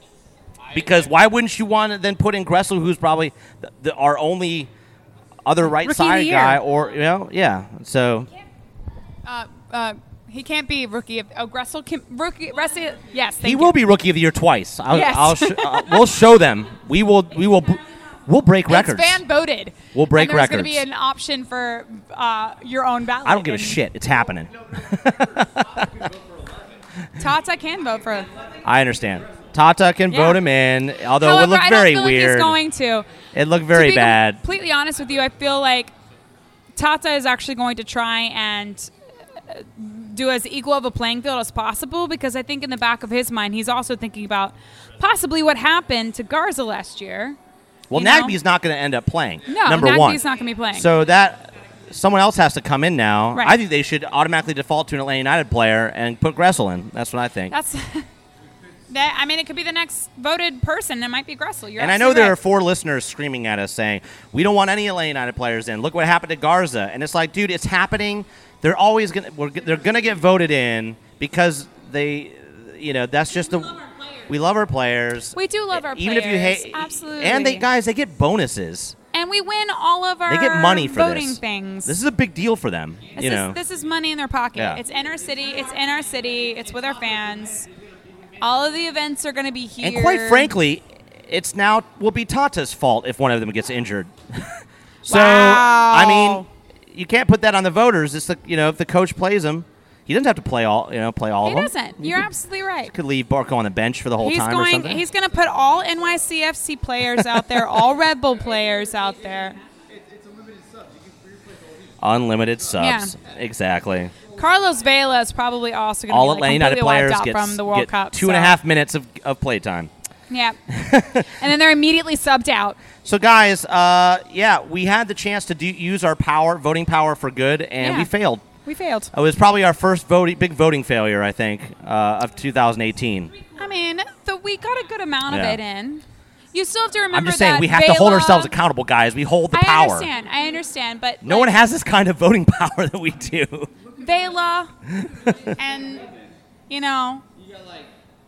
Because why wouldn't you want to then put in Gressel, who's probably the, the, our only other right
Rookie of the
side
year.
guy, or you know, yeah. So
Uh, uh, he can't be rookie of. Oh, Gressel can. Rookie. Gressel, yes. Thank
he
you.
will be rookie of the year twice. I'll,
Yes.
I'll sh- uh, we'll show them. We will. We will. br- We'll break records.
It's fan voted.
We'll break
and there's going to
records.
be an option for uh, your own ballot.
I don't give a
and
shit. It's happening.
Tata can vote for.
I understand. Tata can
Yeah.
vote him in, although
However,
it looked
I don't
very
feel like
weird.
he's going to.
it looked very
to be
bad.
Completely honest with you, I feel like Tata is actually going to try and uh, do as equal of a playing field as possible because I think in the back of his mind he's also thinking about possibly what happened to Garza last year.
well,
you know?
Nagby's not going to end up playing.
No,
number
Nagbe's
one.
not gonna be playing.
So that someone else has to come in now.
Right.
I think they should automatically default to an Atlanta United player and put Gressel in. That's what I think.
That's [laughs] that. I mean, it could be the next voted person. It might be Gressel. You're
and I know
absolutely
there are
right.
four listeners screaming at us saying, "We don't want any Atlanta United players in. Look what happened to Garza." And it's like, dude, it's happening. They're always gonna we're, g- they're gonna get voted in because they, you know, that's just the we love our players.
We do love our
even if you
players,
hate
absolutely.
And they guys, they get bonuses.
and we win all of our
They get money for
voting
this.
things.
This is a big deal for them.
This
you
is,
know,
this is money in their pocket.
Yeah.
It's in our city. It's in our city. It's with our fans. All of the events are going to be here.
and quite frankly, it's now will be Tata's fault if one of them gets injured. [laughs] so I mean, you can't put that on the voters. It's the you know if the coach plays him, he doesn't have to play all you know play all
he
of them.
doesn't.
You
You're
could-
absolutely right.
Could leave Barco on the bench for the whole
He's
time or
going.
something.
He's going to put all NYCFC players out there, all Red Bull players out there.
Unlimited subs,
Yeah.
exactly.
Carlos Vela is probably also going to
All
be
Atlanta
like,
United
completely
players
wiped out
get,
from the World
get
Cup.
two and a
so-
half minutes of, of play time. [laughs]
Yeah. and then they're immediately subbed out.
So, guys, uh, yeah, we had the chance to do, use our power, voting power for good, and
Yeah.
we failed.
We failed.
It was probably our first voting, big voting failure, I think, uh, of 2018.
I mean, the, we got a good amount
Yeah.
of it in. You still have to remember.
I'm just saying
that
we have to hold
Vela-
ourselves accountable, guys. We hold the
I
power.
understand. I understand, but
No
like,
one has this kind of voting [laughs] power that we do. [laughs]
Vela, and you know,
You got like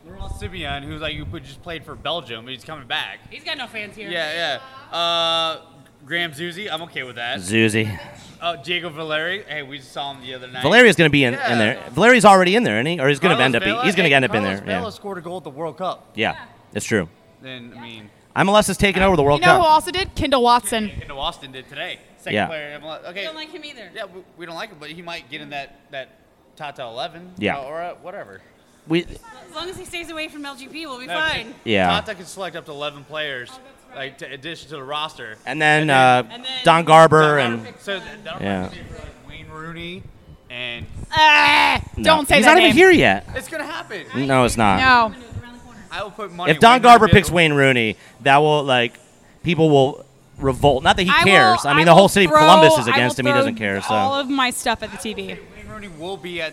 Laurent Simeon, who's like who just played for Belgium, but he's coming back.
He's got no fans here.
Yeah, yeah. Uh, Graham Zuzi, I'm okay with that.
Zuzi.
Uh, Diego Valeri, hey, we just saw him the other night.
Valeria's going to be in, in there. Valeri's already in there, isn't he? Or he's going to
Carlos
end up. be-
Vela-
he's going to
hey,
end up
Carlos
in there.
Vela scored a goal at the World Cup.
Yeah. yeah, it's true.
Then I mean,
MLS is taking over the World
you know who
Cup.
also did? Kendall Watson.
you know, Austin did today. Second
Yeah.
player. in MLS. Okay.
don't like him either.
Yeah, we, we don't like him, but he might get in that that Tata 11.
Yeah.
Or, uh, whatever.
We,
As long as he stays away from LGP, we'll be
No,
fine.
yeah.
Tata can select up to 11 players, like to addition to the roster.
and then, uh,
and then-
Don Garber and
So th- that'll
Yeah.
probably be for, like, Wayne Rooney, and
Ah,
No,
Don't say
he's
that
not
name.
even here yet.
it's gonna happen.
No, it's not.
No,
I will put money.
Mm. If Don
Wayne
Garber
Rooney did-
picks Wayne Rooney, that will like people will revolt. Not that he
I will-
cares. I mean, the
will
whole city of
throw-
Columbus is
I
against him.
will
He doesn't
throw
care. So
all of my stuff at the TV.
Wayne Rooney will be at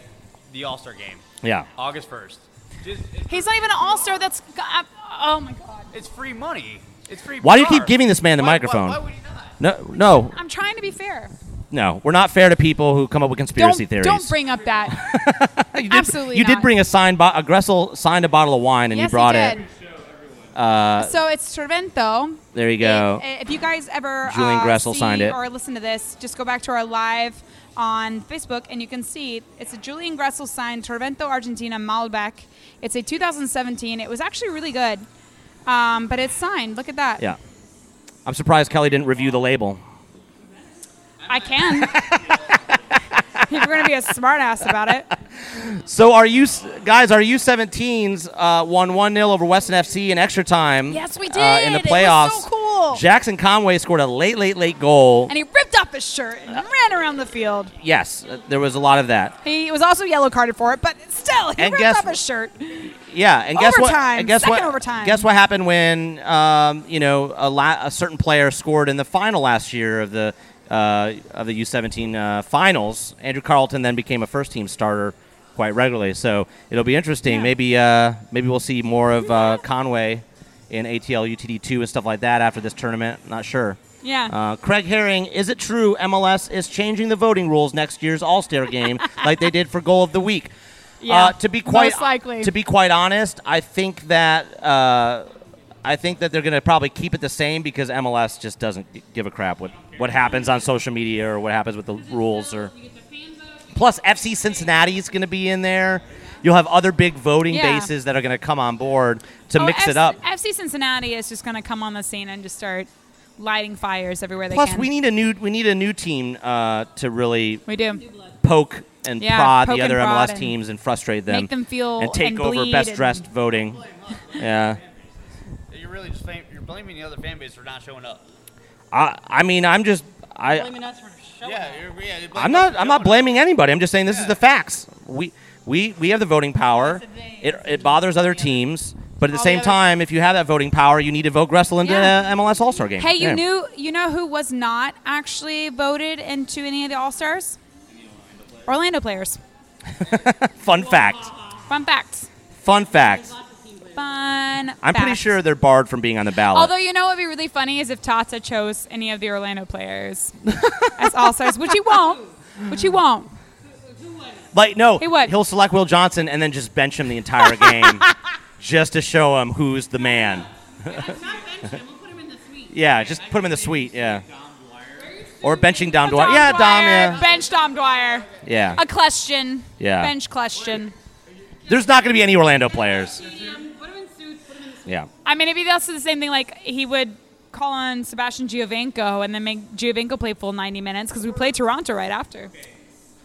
the All Star game,
yeah,
August 1st. Just, it's,
He's not even an All Star. That's I- oh my god.
it's free money. It's free.
Why do you
PR.
keep giving this man the
Why- why-
microphone?
Why, would he not?
no, no,
I'm trying to be fair.
no. We're not fair to people who come up with conspiracy
don't
theories.
don't bring up that.
you did,
absolutely
You did
not.
bring a signed, bo- a Gressel signed a bottle of wine, [laughs] and
yes,
you brought
he did.
it. Uh,
so it's Trevento.
There you go.
If- If you guys ever
Julian
uh,
Gressel
see
signed it.
or listen to this, just go back to our live on Facebook and you can see it's a Julian Gressel signed Torvento Argentina Malbec. It's a 2017. It was actually really good, um, but it's signed. Look at that.
yeah, I'm surprised Kelly didn't review the label. [laughs]
I can. [laughs] if you're going to be a smartass about it.
So are you s- guys? Are you 17s uh, won one 0 over Weston FC in extra time?
Yes, we
uh, in the
did. It was
playoffs.
so cool.
Jackson Conway scored a late, late, late goal.
And he ripped off off his shirt and ran around the field.
Yes, uh, there was a lot of that.
He was also yellow carded for it, but still, he
And
ripped
guess-
off his shirt.
Yeah, and guess what?
Overtime,
And guess what?
second overtime.
Guess what happened when um, you know a, la- a certain player scored in the final last year of the uh, of the U17 uh, finals. Andrew Carlton then became a first team starter quite regularly. So it'll be interesting. Maybe uh, maybe we'll see more of uh, Conway in ATL UTD two and stuff like that after this tournament. Not sure.
Yeah.
Uh, Craig Herring, is it true MLS is changing the voting rules next year's All Star
[laughs]
game like they did for Goal of the Week?
Yeah,
Uh, to be quite
most likely.
to be quite honest, I think that uh, I think that they're going to probably keep it the same because MLS just doesn't g- give a crap what what happens on social media or what happens with the rules or. Plus, FC Cincinnati is going to be in there. You'll have other big voting
Yeah.
bases that are going to come on board to
Oh,
mix
F-
it up.
FC Cincinnati is just going to come on the scene and just start lighting fires everywhere they
Plus,
can.
we need a new we need a new team uh, to really
we do.
poke and
Yeah,
prod
poke
the
and
other
prod
MLS
and
teams and frustrate them,
make them feel
and take
and
over
bleed
best
and-
dressed
[laughs]
voting. Yeah,
You're really just fam- you're blaming the other fan base for not showing up.
I I mean I'm just I
Blaming us for showing
Yeah, you're, yeah. you're blaming
I'm
us
not
for
I'm not
showing up.
blaming anybody. I'm just saying this is the facts. We we we have the voting power. It it bothers other teams, but at the
All the
same
other-
time, if you have that voting power, you need to vote Gressel into
Yeah.
the MLS All Star game.
Hey, you
Yeah.
knew you know who was not actually voted into any of the All Stars? Orlando players.
Fun fact.
Fun fact.
Fun fact.
Fun.
I'm pretty
fact.
sure they're barred from being on the ballot.
Although you know what would be really funny is if Tata chose any of the Orlando players as All Stars, which he won't. Which he won't.
Like no,
He would.
will select Will Johnson and then just bench him the entire
[laughs]
game, just to show him who's the man.
We'll put him in the suite.
Yeah, just put him in the suite. Yeah. Or benching Dom Dwyer.
Dom
Yeah,
Dwyer,
Dom.
Bench Dom Dwyer.
Yeah. yeah.
A question.
Yeah.
Bench question.
There's not going to be any Orlando players.
Put him in suits. Put him in the
Yeah.
I mean, it'd be also the same thing. Like he would call on Sebastian Giovinco and then make Giovinco play full 90 minutes because we play Toronto right after.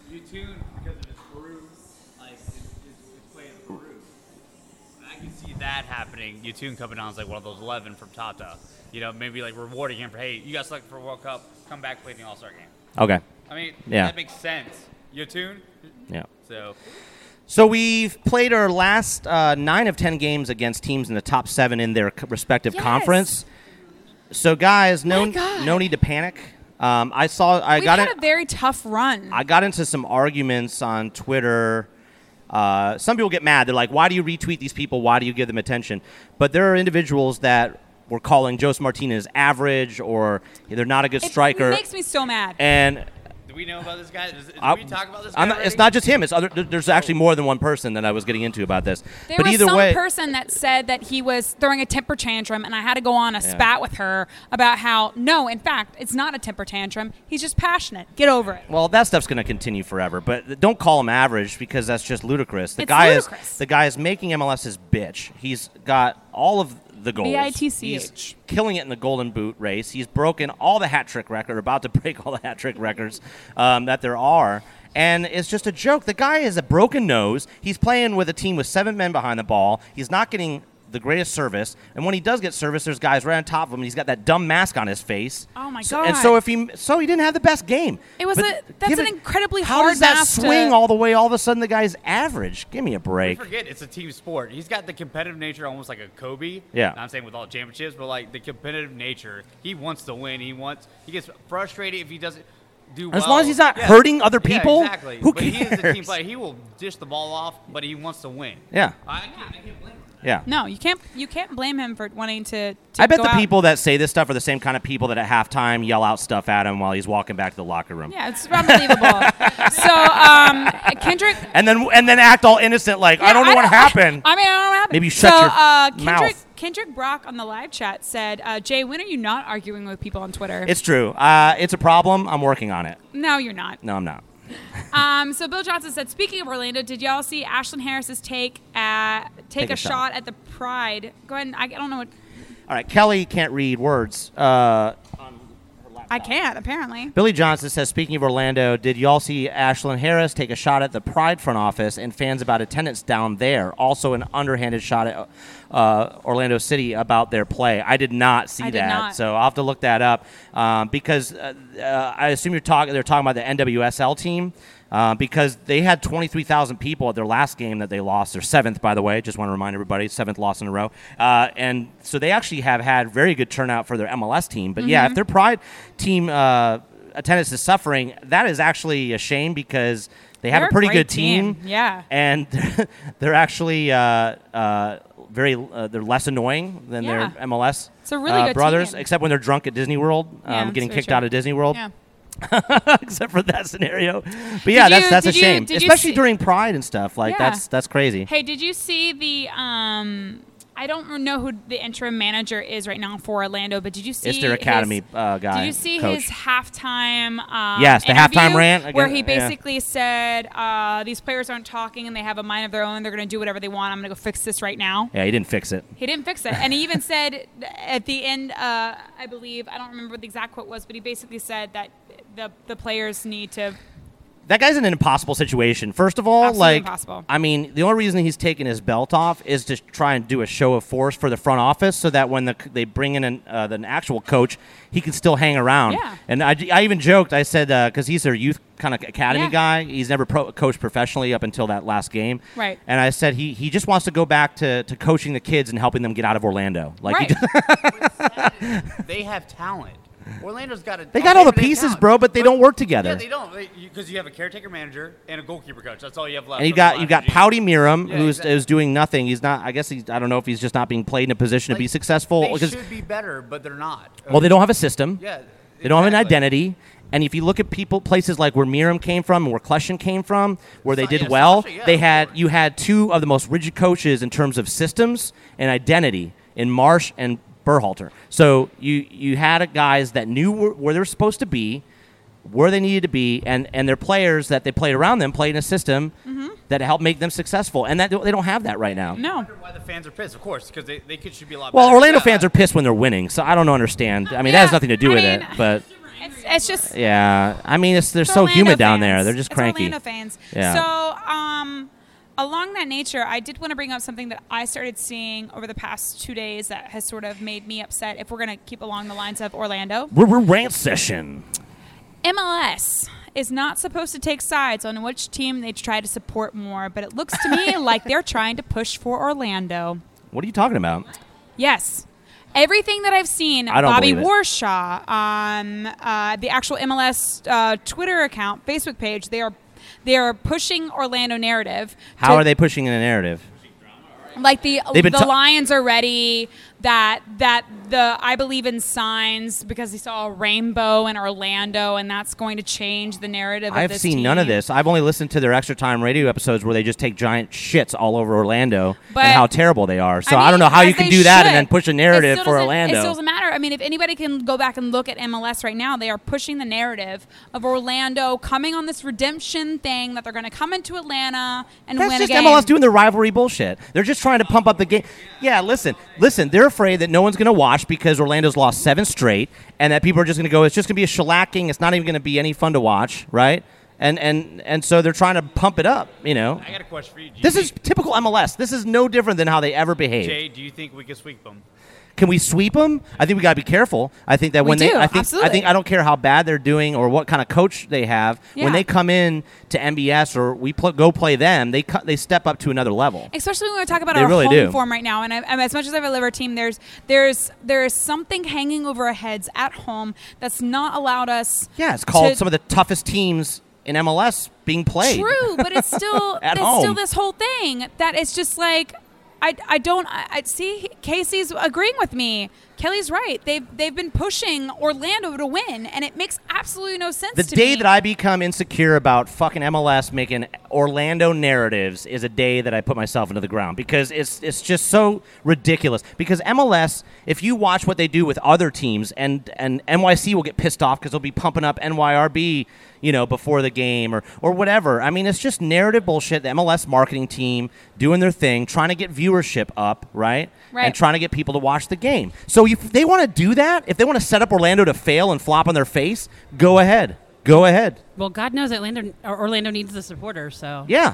You tune because of its groove, like it's, it's, it's playing the groove. And I can see that happening. You tune coming on as like one of those eleven from Tata. You know, maybe like rewarding him for hey, you got selected for World Cup, come back play the All Star game.
Okay.
I mean,
Yeah.
that makes sense. You tune,
Yeah.
so
So we've played our last uh, nine of ten games against teams in the top seven in their co- respective
Yes.
conference. So guys, no,
My God.
no need to panic. Um, I saw. I
We've
got
had
it.
a very tough run.
I got into some arguments on Twitter. Uh, some people get mad. They're like, why do you retweet these people? Why do you give them attention? But there are individuals that were calling Jose Martinez average or they're not a good
it
striker.
makes me so mad.
and
do we know about this guy? Is, is,
I-
we talk about this guy?
I'm not, it's
already?
not just him. It's other, there- there's actually more than one person that I was getting into about this.
there
but
was
either
some
way,
person that said that he was throwing a temper tantrum, and I had to go on a spat with her about how no, in fact, it's not a temper tantrum. He's just passionate. Get over it.
well, that stuff's going to continue forever. But don't call him average because that's just ludicrous. The
It's
guy is
ludicrous.
the guy is making MLS his bitch. He's got all of the goals.
B.I.T.C.H..
He's killing it in the Golden Boot race. He's broken all the hat trick record, about to [laughs] break all the hat trick records um, that there are. And it's just a joke. The guy is a broken nose. He's playing with a team with seven men behind the ball. He's not getting the greatest service. And when he does get service, there's guys right on top of him. And he's got that dumb mask on his face.
Oh, my
So- and
God.
so if he, so he didn't have the best game.
It was a- that's
give
an incredibly
how
hard
does that
mask to-
swing all the way? All of a sudden, the guy's average. Give me a break.
Forget it's a team sport. He's got the competitive nature almost like a Kobe.
Yeah.
Not saying with all championships, but like the competitive nature. He wants to win. He wants. He gets frustrated if he doesn't do.
As
well.
long as he's not hurting other
Yeah,
people,
exactly.
who
but he is a team
cares?
player. He will dish the ball off, but he wants to win.
Yeah.
I can't, I can't blame him.
Yeah.
No, you can't. You can't blame him for wanting to. to
I bet
go
the
out-
people that say this stuff are the same kind of people that at halftime yell out stuff at him while he's walking back to the locker room.
Yeah,
[laughs]
it's unbelievable. so, um, Kendrick.
And then and then act all innocent like I don't know
Yeah,
what happened.
[laughs] I, mean, I don't know what happened.
Maybe you shut
so,
your
uh, Kendrick,
mouth.
Kendrick Brock on the live chat said, uh, "Jay, when are you not arguing with people on Twitter?"
it's true. Uh, it's a problem. I'm working on it.
no, you're not.
No, I'm not.
Um, so Bill Johnson said, "Speaking of Orlando, did y'all see Ashlyn Harris's take at take, a, shot. at the Pride? Go ahead. And, I, I don't know what.
All right, Kelly can't read words. Uh, on her
I can't, apparently.
Billy Johnson says, speaking of Orlando, did y'all see Ashlyn Harris take a shot at the Pride front office and fans about attendance down there? Also, an underhanded shot at uh, Orlando City about their play. I did not see
I did
that,
not.
so I'll have to look that up um, because uh, uh, I assume you're talking. They're talking about the NWSL team. Uh, because they had 23,000 people at their last game that they lost, their seventh, by the way. Just want to remind everybody, seventh loss in a row. Uh, and so they actually have had very good turnout for their MLS team. But
Mm-hmm.
yeah, if their Pride team uh, attendance is suffering, that is actually a shame because they have
They're
a pretty
great
good team.
team, yeah.
and [laughs] they're actually uh, uh, very uh, they're less annoying than
Yeah.
their MLS
It's a really
uh,
good
brothers,
team.
except when they're drunk at Disney World,
Yeah,
um, getting
that's very
kicked
true.
out of Disney World
Yeah.
[laughs] except for that scenario. But yeah, that's
you-
that's a
did you-
shame,
did you
especially
see-
during Pride and stuff. Like
Yeah.
that's that's crazy.
Hey, did you see the? Um, I don't know who the interim manager is right now for Orlando, but did you see?
It's their academy,
his-
uh, guy,
Did you see
coach.
his halftime? Um,
Yes, the halftime
interview
rant
where he
again- yeah.
basically said, uh, "These players aren't talking, and they have a mind of their own. They're going to do whatever they want. I'm going to go fix this right now."
Yeah, he didn't fix it.
He didn't fix it. And he even [laughs] said at the end, uh, I believe, I don't remember what the exact quote was, but he basically said that the, the players need to.
That guy's in an impossible situation. First of all,
Absolutely
like
impossible.
I mean, the only reason he's taking his belt off is to try and do a show of force for the front office, so that when the, they bring in an, uh, an actual coach, he can still hang around.
Yeah.
And I, I even joked. I said because he's their youth kind of academy
Yeah.
guy. He's never pro- coached professionally up until that last game.
Right.
And I said he he just wants to go back to, to coaching the kids and helping them get out of Orlando. Like he
Right.
just,
they have talent. Orlando's got a.
[laughs] They got all the pieces, bro, but they don't work together.
Yeah, they don't because you have a caretaker manager and a goalkeeper coach. That's all you have left.
And you
of
got
the
you got
LFG.
Pouty Miram,
Yeah,
who's
exactly.
who's doing nothing. He's not. I guess he's. I don't know if he's just not being played in a position to be
Like,
successful.
They
Because
should be better, but they're not.
well, they don't have a system.
Yeah,
They don't have an
exactly.
identity. And if you look at people, places like where Miram came from and where Kleshin came from, where they
Sa-
did
yeah,
well,
Sasha, yeah,
they
of
had
course.
you had two of the most rigid coaches in terms of systems and identity in Marsh and Burhalter. So you you had guys that knew where, where they were supposed to be, where they needed to be, and and their players that they played around them played in a system that helped make them successful. And that they don't have that right now.
No.
I wonder why the fans are pissed. Of course, because they, they could should be a lot.
Well,
better.
Orlando
Yeah.
fans are pissed when they're winning, so I don't understand. I mean, that has
Yeah,
nothing to do
I
with
mean-
it, but.
It's, it's just.
Yeah, I mean it's they're
it's
so
Orlando
humid down
fans.
there. They're just
It's
cranky.
Orlando fans.
Yeah.
So, um, along that nature, I did want to bring up something that I started seeing over the past two days that has sort of made me upset. If we're going to keep along the lines of Orlando,
We're, we're rant session.
MLS is not supposed to take sides on which team they try to support more, but it looks to
[laughs]
me like they're trying to push for Orlando.
What are you talking about?
Yes. Everything that I've seen,
I don't
Bobby
believe it.
Warshaw on uh, the actual MLS uh, Twitter account, Facebook page, they are they are pushing Orlando narrative.
How
to-
are they pushing in a narrative?
like the
They've been
the
ta-
Lions are ready? That that the I believe in signs because they saw a rainbow in Orlando, and that's going to change the narrative. of
I've
this
seen none of
team.
this. I've only listened to their extra time radio episodes where they just take giant shits all over Orlando
But-
and how terrible they are. So I,
mean,
don't know how you
as
can
they
do that and
should.
then push a
It
narrative
still
for
doesn't- It still
Orlando.
doesn't matter. I mean, if anybody can go back and look at MLS right now, they are pushing the narrative of Orlando coming on this redemption thing that they're going to come into Atlanta and
That's
win
just
a game.
MLS doing the rivalry bullshit. They're just trying to pump up the game. Yeah, listen, listen. They're afraid that no one's going to watch because Orlando's lost seven straight, and that people are just going to go. It's just going to be a shellacking. It's not even going to be any fun to watch, right? And and and so they're trying to pump it up. You know,
I got a question for you. Do you
This is
think-
typical MLS. This is no different than how they ever behave.
Jay. Do you think we could sweep them?
Can we sweep them? I think we got to be careful. I think that
We
when they,
do,
I think, I
absolutely.
think I don't care how bad they're doing or what kind of coach they have.
Yeah.
When they come in to MBS or we pl- go play them, they cu- they step up to another level.
Especially when we talk about
They
our
really
home
do.
form right now, and I, and as much as I love our team, there's there's there is something hanging over our heads at home that's not allowed us.
Yeah, it's called
to-
some of the toughest teams in MLS being played.
True, but it's still
[laughs] At
it's still
home.
this whole thing that it's just like I, I don't I, I see Casey's agreeing with me. Kelly's right. They've they've been pushing Orlando to win, and it makes absolutely no sense.
The
to
day
me.
that I become insecure about fucking MLS making Orlando narratives is a day that I put myself into the ground because it's it's just so ridiculous. Because MLS, if you watch what they do with other teams, and and NYC will get pissed off because they'll be pumping up NYRB, you know, before the game or or whatever. I mean, it's just narrative bullshit. The MLS marketing team doing their thing, trying to get viewership up, right?
Right.
And trying to get people to watch the game. So if they want to do that, if they want to set up Orlando to fail and flop on their face, go ahead. Go ahead.
Well, God knows Orlando, or Orlando needs the supporter, so.
Yeah.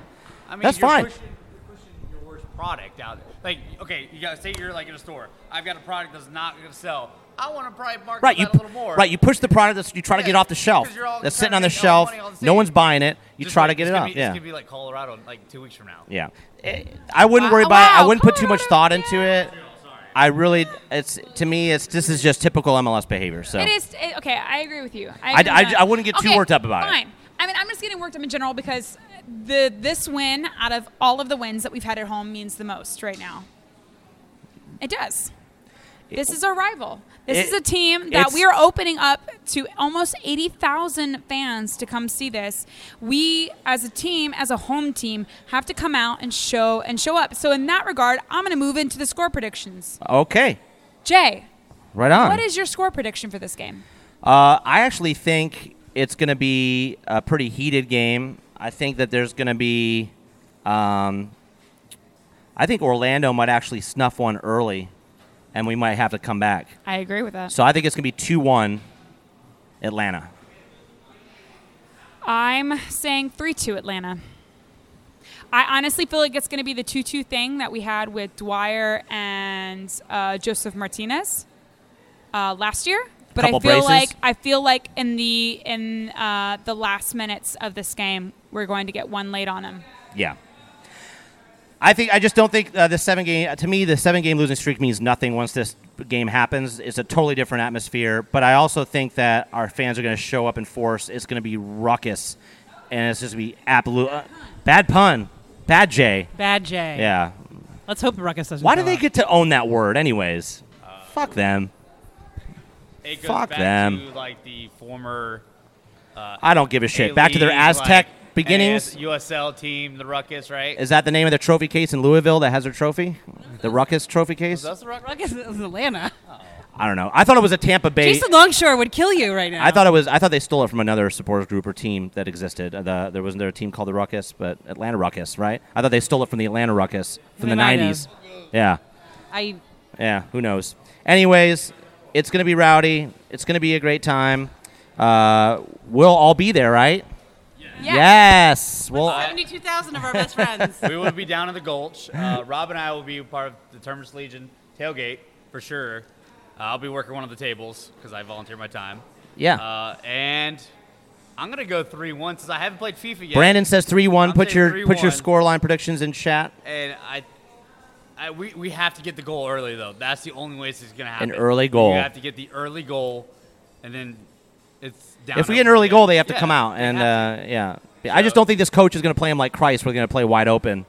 I mean,
That's
you're
fine.
Pushing, you're pushing your worst product out there. Like, okay, you gotta say you're like in a store. I've got a product that's not gonna sell. I want to probably market
Right,
that
you
a little more.
right you push the product that's you try to
Yeah,
get off the shelf.
'cause you're all
That's sitting
trying to
on the
make all the
shelf.
money on the
no
same.
one's buying it. You
Just
try to
like-
get
it's
it
gonna
off.
be-
yeah,
It's gonna be like Colorado in like two weeks from now.
yeah. Eh, I wouldn't worry
Wow,
about it. I
wow,
wouldn't put too much thought
Colorado,
into it. I really, it's to me, it's this is just typical MLS behavior. So
It is it- okay. I agree with you. I,
I-
agree
I-
with that.
I wouldn't get too
Okay,
worked up about it.
Fine. I mean, I'm just getting worked up in general because the this win out of all of the wins that we've had at home means the most right now. It does. This is our rival. This
It-
is a team that
it's-
we are opening up to almost 80,000 fans to come see this. We, as a team, as a home team, have to come out and show and show up. So, in that regard, I'm going to move into the score predictions.
okay,
Jay,
right on.
what is your score prediction for this game?
Uh, I actually think it's going to be a pretty heated game. I think that there's going to be. Um, I think Orlando might actually snuff one early, and we might have to come back.
I agree with that.
So I think it's going to be 2 1 Atlanta.
I'm saying 3 2 Atlanta. I honestly feel like it's going to be the 2 2 thing that we had with Dwyer and uh, Joseph Martinez uh, last year. But
Couple
I feel
braces.
like I feel like in the in uh, the last minutes of this game, we're going to get one late on him.
Yeah. I think I just don't think uh, the seven game to me the seven game losing streak means nothing once this game happens. It's a totally different atmosphere, but I also think that our fans are going to show up in force. It's going to be ruckus, and it's just going to be absolute uh, bad pun, bad J.
Bad Jay.
Yeah.
Let's hope Ruckus doesn't.
Why do
show
they
up.
get to own that word, anyways? Fuck them.
It goes
Fuck
back
them.
To, like the former
I don't give a shit. Back to their
elite,
Aztec
like,
beginnings.
NAS USL team, the Ruckus, right?
Is that the name of the trophy case in Louisville that has their trophy? The Ruckus trophy case?
That's the Ruckus.
Ruckus is Atlanta.
I don't know. I thought it was a Tampa Bay.
Jason Longshore would kill you right now.
I thought it was. I thought they stole it from another supporters group or team that existed. Uh, The, there wasn't there a team called the Ruckus, but Atlanta Ruckus, right? I thought they stole it from the Atlanta Ruckus from the
They might have.
'90s. Yeah,
I.
yeah. Who knows? Anyways, it's gonna be rowdy. It's gonna be a great time. Uh, we'll all be there, right? Yes. Well,
Seventy-two thousand of our
[laughs]
best friends.
we will be down in the Gulch. Uh, Rob and I will be part of the Terminus Legion tailgate for sure. Uh, I'll be working one of the tables because I volunteer my time.
yeah.
Uh, and I'm gonna go three one since I haven't played FIFA yet.
Brandon says three one.
I'm
Put
saying
your put
3-1.
your score line predictions in chat.
and I, I we, we have to get the goal early though. That's the only way this is gonna happen.
early goal.
You have to get the early goal, and then it's down.
If we
over
get an early
again.
goal, they have to
Yeah,
come out,
they
and
have to.
uh, yeah, I just
So-
don't think this coach is going to play him like Christ. We're going to play wide open,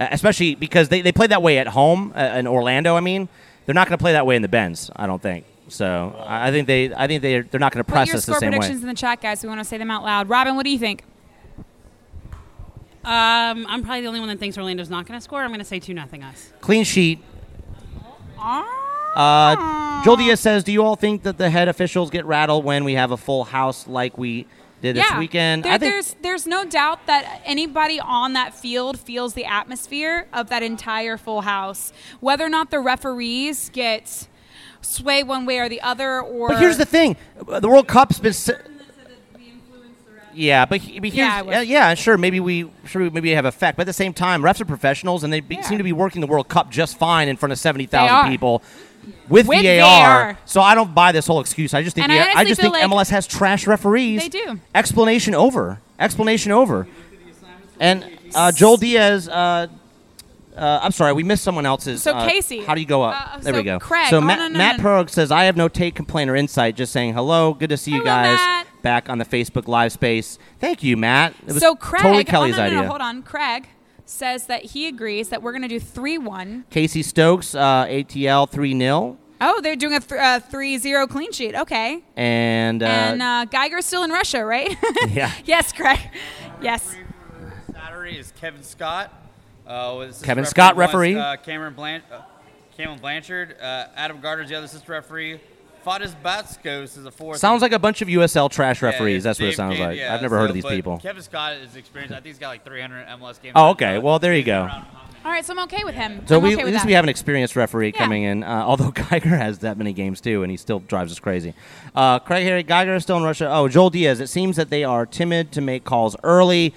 Uh, especially because they, they play that way at home uh, in Orlando. I mean, they're not going to play that way in the Benz. I don't think so. I I think they I think they they're not going to
Put
press
your
us the
score
same
predictions
way.
in the chat, guys. We want to say them out loud. Robin, what do you think?
Um, I'm probably the only one that thinks Orlando's not going to score. I'm going to say two nothing us.
Clean sheet.
Ah,
Uh, Joel Diaz says, "Do you all think that the head officials get rattled when we have a full house like we did this
yeah.
weekend?"
There-
I think
there's there's no doubt that anybody on that field feels the atmosphere of that entire full house. Whether or not the referees get sway one way or the other, or
But here's the thing: Uh, the World Cup's been. Se- yeah, but, he, but here's,
I
yeah,
would.
yeah, sure. Maybe we sure we- maybe have effect, but at the same time, refs are professionals, and they be,
Yeah.
seem to be working the World Cup just fine in front of seventy
They
thousand
are.
people with,
With
VAR,
VAR.
So I don't buy this whole excuse. I just think
And
the-
I
I
honestly
just
feel
think
like-
MLS has trash referees.
They do.
Explanation over. Explanation over. And uh, Joel Diaz. Uh, uh, I'm sorry, we missed someone else's.
So
uh,
Casey.
How do you go up?
Uh,
there
so
we go.
Craig.
So
Oh,
Matt,
no, no,
Matt
no, no.
Perk says, "I have no take, complaint, or insight. Just saying hello. Good to see you
Hello,
guys
Matt.
back on the Facebook Live space. Thank you, Matt. It was
so Craig.
totally Kelly's
oh, no, no,
idea.
No, hold on, Craig says that he agrees that we're going to do three one.
Casey Stokes, uh, ATL three 0
Oh, they're doing a th- uh, three zero clean sheet. Okay,
and, uh,
and uh, Geiger's still in Russia, right?
[laughs]
[laughs]
Yeah.
yes, Craig. Yes.
Saturday is Kevin Scott. Uh, with assistant
Kevin Scott, referee.
one's, Uh, Cameron, Blan- uh, Cameron Blanchard. Uh, Adam Gardner's the other assistant referee. Fadis Batskos is the fourth.
sounds like a bunch of USL trash
Yeah,
referees. That's what it
Dave
sounds
Gain-
like.
yeah,
I've never
so-
heard of these
but
people.
Kevin Scott is experienced. I think he's got like 300 MLS games.
Oh,
under
okay.
his belt.
Well, there you
He's been
go.
around a long time.
All right, so I'm okay with him.
So
I'm
we
okay
at
with
least
that.
we have an experienced referee
Yeah.
coming in. Uh, although [laughs] Geiger has that many games too, and he still drives us crazy. Uh, Craig Harry Geiger is still in Russia. Oh, Joel Diaz. It seems that they are timid to make calls early.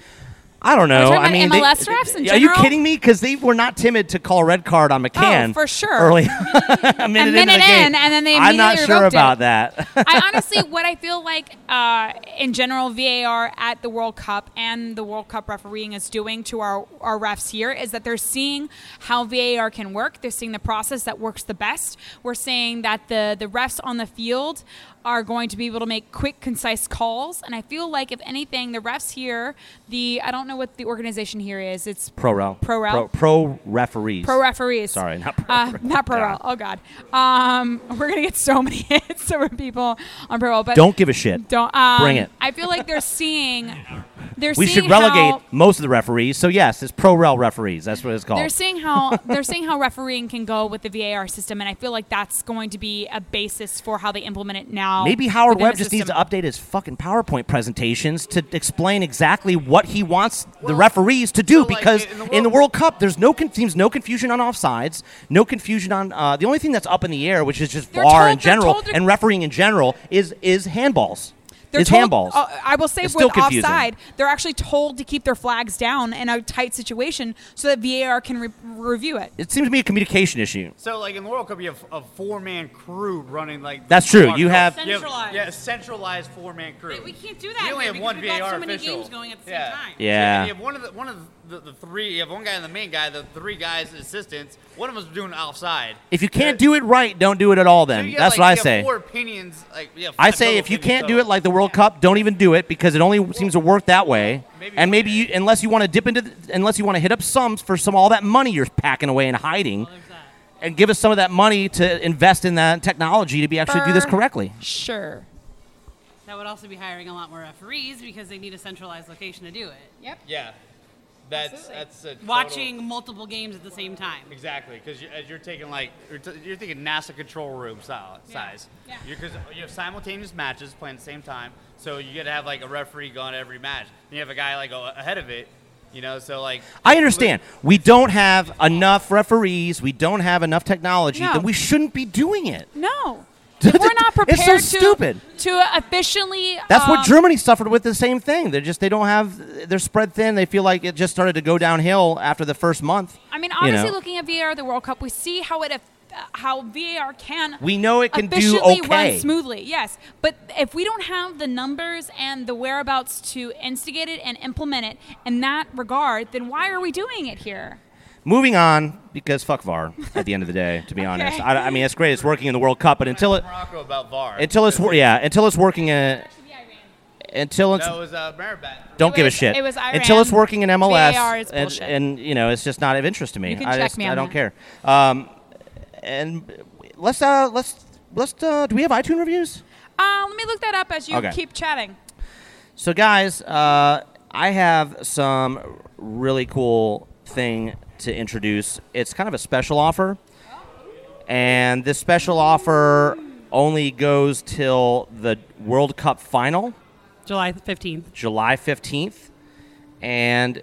I don't know.
talking
I
about
mean,
MLS
they,
refs in
are you
general? Oh,
kidding me? Because they were not timid to call red card on McCann.
for sure.
Early, [laughs] a minute, into the
minute
game.
in, and then they
I'm not
immediately
sure
revoked it.
about that. [laughs]
I honestly, what I feel like uh, in general, VAR at the World Cup and the World Cup refereeing is doing to our, our refs here is that they're seeing how VAR can work. They're seeing the process that works the best. We're seeing that the, the refs on the field are going to be able to make quick, concise calls. And I feel like, if anything, the refs here, the I don't know what the organization here is. It's
pro rel.
Pro
Pro,
rel.
pro referees.
Pro referees.
Sorry, not pro
Uh,
rel.
not pro
God.
rel. Oh God. Um, [laughs] we're gonna get so many hits from people on pro rel. But
Don't give a shit.
don't um,
Bring it.
I feel like they're seeing. They're
We
seeing
should relegate
How,
most of the referees. So yes, it's pro rel referees. That's what it's called.
they're seeing how they're seeing how refereeing can go with the VAR system, and I feel like that's going to be a basis for how they implement it now.
Maybe Howard
Oh, within
Webb
the
just needs to
system.
update his fucking PowerPoint presentations to explain exactly what he wants the referees to do
so, like,
because
in
in
the
the,
World-
World Cup there's no con- seems no confusion on offsides, no confusion on uh, the only thing that's up in the air, which is just
They're
VAR
told-
in
they're
general
told to-
and refereeing in general, is is handballs.
They're
is
told-
handballs.
uh, I will say
It's
with
still confusing.
offside, they're actually told to keep their flags down in a tight situation so that VAR can re- review it.
it seems to be a communication issue.
So, like in the World Cup, you have a four-man crew running. Like
That's true. You have-
You
Centralized.
yeah, centralized four-man crew.
But we can't do that
You only
here
have one
because we've got
VAR
so many
official.
games going at the same
yeah.
time.
Yeah.
And you have one of the one of the, the, three. You have one guy and the main guy. The three guys assistants. One of them's doing offside.
If you can't do it right, don't do it at all.
So
Then
you have,
that's
like,
what I
you have
say.
Four opinions. Like you have
I
five
say
total
if you
opinions
can't do it
total.
like the World Cup, don't even do it because it only seems to work that way.
maybe
and
one
maybe you, unless you want to dip into, the, unless you want to hit up sums for some all that money you're packing away and hiding, and give us some of that money to invest in that technology to be actually do this
For-
correctly.
Sure.
That would also be hiring a lot more referees because they need a centralized location to do it.
yeah, that's that's a total-
Watching multiple games at the same time.
Exactly, because you're, you're taking like you're, t- you're thinking NASA control room style, size.
Yeah.
Because you have simultaneous matches playing at the same time, so you got to have like a referee going every match. Then you have a guy like a- ahead of it, you know. So like
I understand we don't have enough referees, we don't have enough technology,
No.
then we shouldn't be doing it. [laughs]
No. If we're not prepared
It's so
to,
stupid.
to efficiently.
That's
um,
what Germany suffered with the same thing. They're just they don't have they're spread thin. They feel like it just started to go downhill after the first month.
I mean,
you
obviously,
know.
looking at VAR the World Cup, we see how it aff- uh, how VAR can
We know it can do
efficiently
okay.
run smoothly. Yes, but if we don't have the numbers and the whereabouts to instigate it and implement it in that regard, then why are we doing it here?
Moving on, because fuck VAR at the end of the day,
[laughs]
to be honest. I, I mean, it's great. It's working in the World Cup, but until it,
Morocco about VAR
until it's, wor- yeah, until it's working in, until it's,
that was uh, Marabat.
don't give a
was-
shit.
it was
Until
Iran.
it's working in MLS,
VAR is
and,
bullshit.
and, you know, it's just not of interest to me.
You can
I
check
just,
me
I
on
don't
that.
care. Um, and let's, uh, let's, let's, uh, do we have iTunes reviews?
Uh, let me look that up as you
Okay.
keep chatting.
So, guys, uh, I have some really cool thing to introduce. It's kind of a special offer, and this special offer only goes till the World Cup final,
July 15th.
July fifteenth, and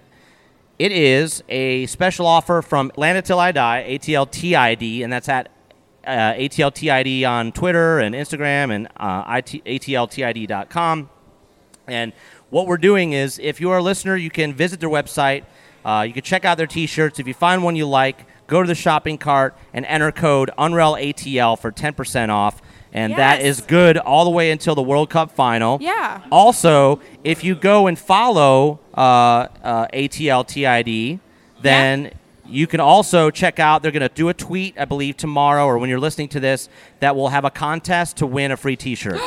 it is a special offer from Atlanta Till I Die, ATLTID, and that's at uh, ATLTID on Twitter and Instagram and uh, IT, ATLTID.com. And what we're doing is, if you are a listener, you can visit their website. Uh, you can check out their T-shirts. If you find one you like, go to the shopping cart and enter code UnrelATL for 10% off. And that
Yes.
is good all the way until the World Cup final.
Yeah.
Also, if you go and follow uh, uh, ATLTID, then you can also check out. They're going to do a tweet, I believe, tomorrow or when you're listening to this, that will have a contest to win a free
[gasps]
T-shirt.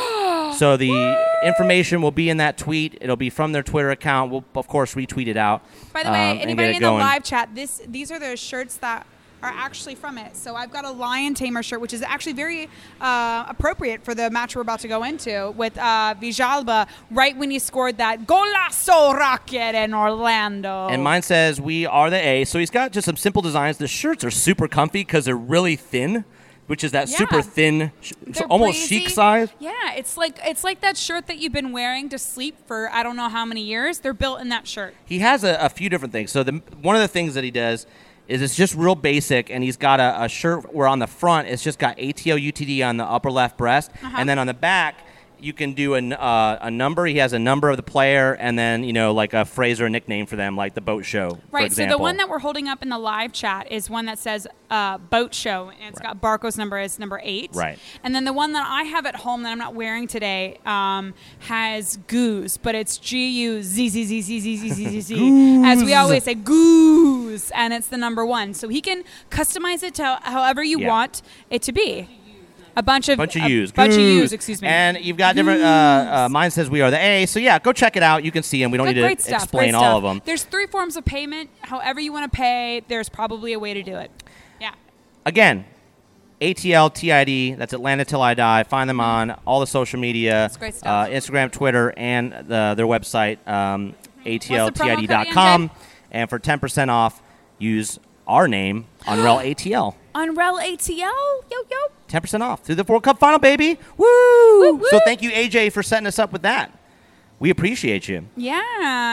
So the information will be in that tweet. It'll be from their Twitter account. We'll of course retweet it out.
By the
um,
way,
and get
anybody
it
in the
going.
live chat, this these are the shirts that are actually from it. So I've got a lion tamer shirt, which is actually very uh, appropriate for the match we're about to go into with uh, Vijalba right when he scored that golazo rocket in Orlando.
And mine says we are the A. So he's got just some simple designs. The shirts are super comfy because they're really thin, which is that
Yeah.
super thin, sh-
They're
almost
breezy.
chic size.
Yeah, it's like it's like that shirt that you've been wearing to sleep for I don't know how many years. They're built in that shirt.
He has a, a few different things. So the one of the things that he does is it's just real basic, and he's got a, a shirt where on the front it's just got ATO UTD on the upper left breast,
Uh-huh.
and then on the back you can do an, uh, a number. He has a number of the player, and then you know like a phrase or a nickname for them, like the boat show. for
Right. So the
example.
one that we're holding up in the live chat is one that says uh, boat show, and it's got Barco's number as number eight.
Right.
And then the one that I have at home that I'm not wearing today um, has goose, but it's G U Z Z Z Z Z Z Z Z Z. As we always say, goose, and it's the number one. So he can customize it to ho- however you
Yeah.
want it to be. A bunch of
bunch of
a
U's.
Bunch of
Goose.
U's. Excuse me.
And you've got different. Uh, uh, mine says we are the A. So yeah, go check it out. You can see them. We don't
But
need to
great stuff.
explain
great
all
stuff.
of them.
There's three forms of payment. However you want to pay, there's probably a way to do it. Yeah.
Again, ATL TID. That's Atlanta till I die. Find them on all the social media. That's
great stuff.
Uh, Instagram, Twitter, and the, their website, um,
promo code again,
atltid.com.
Jay?
And for ten percent off, use our name Unreal
[gasps]
ATL.
Unrel ATL, yo yo.
10% off through the World Cup final, baby. Woo!
woo.
So thank you, AJ, for setting us up with that. We appreciate you.
Yeah.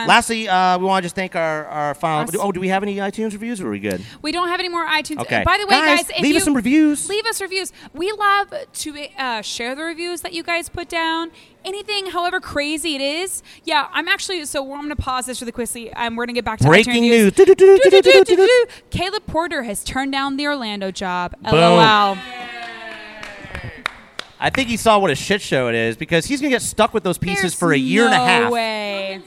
Lastly, uh, we want to just thank our, our final.
Us.
Oh, do we have any iTunes reviews? Or are we good?
we don't have any more iTunes.
Okay.
By the way, guys,
Guys,
if
leave us
you-
some reviews.
Leave us reviews. We love to uh, share the reviews that you guys put down. Anything, however crazy it is. Yeah, I'm actually. So we're, I'm going to pause this really quickly. Um, we're going to get back to
Breaking
iTunes
news. Do-do-do-do-do-do-do-do.
Caleb Porter has turned down the Orlando job. LOL.
I think he saw what a shit show it is because he's going to get stuck with those pieces
There's
for a year and a
no
half.
Way.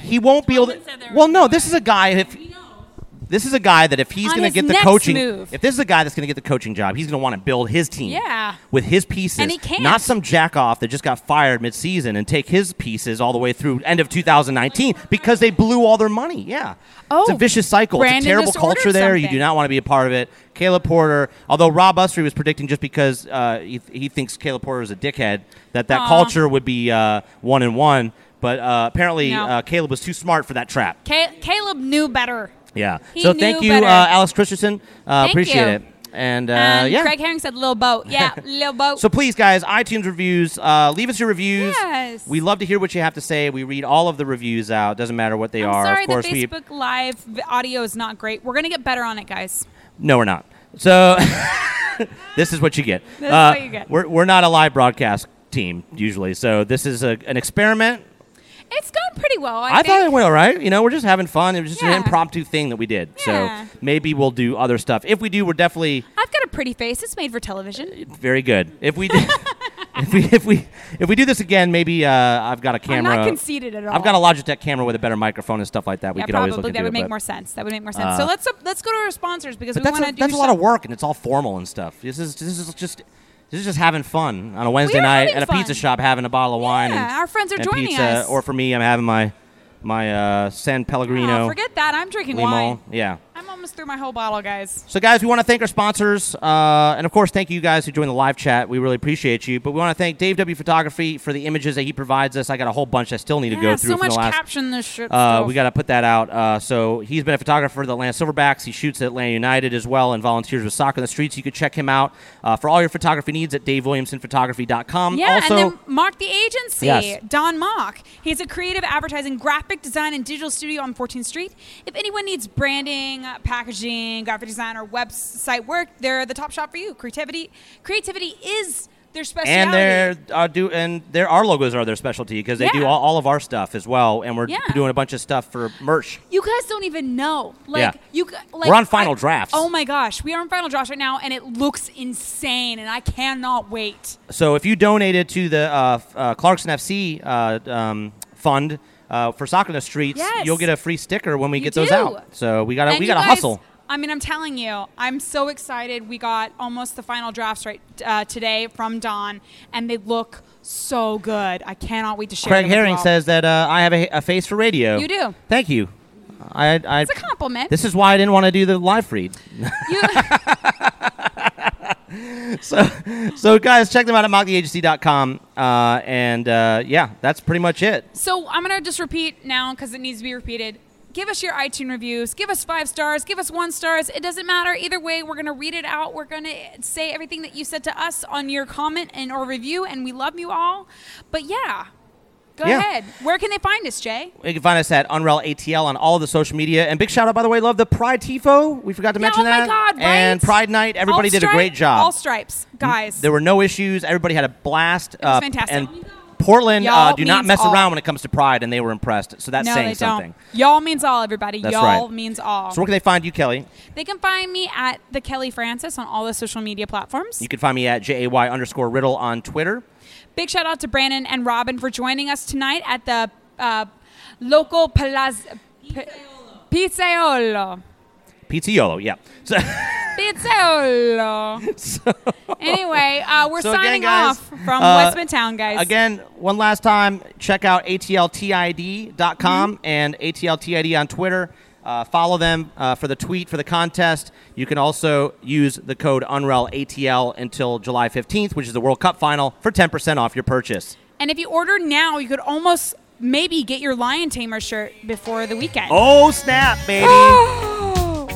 He won't be able to.
Tomlin said there was
Well, no,
no
this is a guy. If this is a guy that if he's
On
going to
his
get the
next
coaching,
move.
if this is a guy that's going to get the coaching job, he's going to want to build his team.
Yeah.
With his pieces,
And he can't.
Not some jack off that just got fired mid-season and take his pieces all the way through end of 2019 because they blew all their money. Yeah.
Oh,
It's a vicious cycle.
Brandon
it's a terrible
just ordered
culture there. You do
something.
not want to be a part of it. Caleb Porter, although Rob Ustry was predicting just because uh, he, he thinks Caleb Porter is a dickhead that that
Aw.
culture would be uh, one and one. But uh, apparently,
No.
uh, Caleb was too smart for that trap.
Ca- Caleb knew better.
Yeah.
He
so thank
knew
you, uh,
better.
Alex Christensen. Uh,
Thank
appreciate
you.
it. And, uh,
and
yeah.
Craig Herring said little
[laughs]
boat. Yeah, little boat.
so please, guys, iTunes reviews. Uh, leave us your reviews.
Yes.
We love to hear what you have to say. We read all of the reviews out. Doesn't matter what they
I'm
are.
sorry
of course,
the
we
Facebook Live v- audio is not great. We're gonna get better on it, guys.
No, we're not. So [laughs] this is what you get.
[laughs]
Uh,
This is what you get.
We're, we're not a live broadcast team usually, so this is a, an experiment.
It's gone pretty well. I,
I,
think.
thought it went all right. You know, we're just having fun. It was just
Yeah.
an impromptu thing that we did.
Yeah.
So maybe we'll do other stuff. If we do, we're definitely
I've got a pretty face. It's made for television.
very good. If we [laughs] do, if we if we if we do this again, maybe uh, I've got a
I'm
camera.
not conceited at all.
I've got a Logitech camera with a better microphone and stuff like that. We
yeah,
could
probably
always look
that
into
would
it,
make
but-
more sense. That would make more sense.
Uh,
so let's let's go to our sponsors because
But
we
that's
want
a,
to do.
that's a lot of
some-
work, and it's all formal and stuff. This is this is just this is just having fun on a Wednesday
are
night
having
at a pizza
fun.
shop, having a bottle of wine.
Yeah,
and,
our friends are
and
joining
pizza.
us.
Or for me, I'm having my my uh, San
Oh,
Pellegrino
forget that. I'm drinking
limo.
wine.
Yeah.
I'm almost through my whole bottle, guys.
So, guys, we want to thank our sponsors, uh, and of course, thank you guys who joined the live chat. We really appreciate you. But we want to thank Dave W Photography for the images that he provides us. I got a whole bunch I still need to
yeah,
go through
so
from
much
the last
caption this shit.
uh,
stuff.
we got to put that out. Uh, so he's been a photographer for the Atlanta Silverbacks. He shoots at Atlanta United as well and volunteers with Soccer in the Streets. You could check him out uh, for all your photography needs at davewilliamsonphotography.com.
Yeah,
also,
and then Mock the Agency,
Yes.
Don Mock. He's a creative advertising, graphic design, and digital studio on 14th Street. If anyone needs branding, uh, packaging, graphic design, or website work, they're the top shop for you. Creativity, creativity is their specialty.
and they're uh, do and their our logos are their specialty because they do
Yeah.
all, all of our stuff as well, and we're
Yeah.
doing a bunch of stuff for merch.
You guys don't even know. Like
Yeah.
you g- like
We're on final drafts.
Oh my gosh, we are on final drafts right now and it looks insane and I cannot wait.
So if you donated to the uh, f- uh, Clarkson FC uh, um, fund. Uh, for soccer in the streets,
Yes.
you'll get a free sticker when we
You
get those
do.
out. So we got to
And
we
you
got to
guys-
hustle.
I mean, I'm telling you, I'm so excited. We got almost the final drafts right uh, today from Don, and they look so good. I cannot wait to share.
Craig
them with
Herring
you all.
says that uh, I have a, a face for radio.
You do.
Thank you. I, I,
it's a compliment.
this is why I didn't want to do the live feed.
You-
[laughs] So, guys, check them out at mocktheagency.com. Uh, and uh, yeah, that's pretty much it.
so I'm gonna just repeat now because it needs to be repeated. Give us your iTunes reviews. Give us five stars. Give us one stars. It doesn't matter either way. We're gonna read it out. We're gonna say everything that you said to us on your comment and or review, and we love you all. But yeah, Go
Yeah.
ahead. Where can they find us, Jay?
You can find us at Unrel ATL on all the social media. And big shout out, by the way, love the Pride Tifo. We forgot to
Yeah,
mention
oh my
that.
God, right?
And Pride Night, everybody
All
did
stri-
a great job.
All stripes, guys.
There were no issues. Everybody had a blast. It
was fantastic.
And Portland, uh,
Y'all
do not
means
mess
all.
around when it comes to Pride, and they were impressed. So that's
no,
saying
they
something.
don't. Y'all means all, everybody.
That's
Y'all
right.
means all.
So where can they find you, Kelly?
They can find me at the Kelly Francis on all the social media platforms.
You can find me at J A Y underscore Riddle on Twitter.
Big shout out to Brandon and Robin for joining us tonight at the uh, local palazzo. Pizzaolo.
PTOLO, yeah. [laughs] So, [laughs]
Pizzaolo. anyway, uh, we're
So again,
signing
guys,
off from
uh,
Westman Town, guys.
again, one last time, check out
Mm-hmm.
atltid.com and atltid on Twitter. Uh, follow them uh, for the tweet, for the contest. You can also use the code UNRELATL until July 15th, which is the World Cup final, for 10% off your purchase.
And if you order now, you could almost maybe get your Lion Tamer shirt before the weekend.
Oh, snap,
[gasps]
baby.
Woo!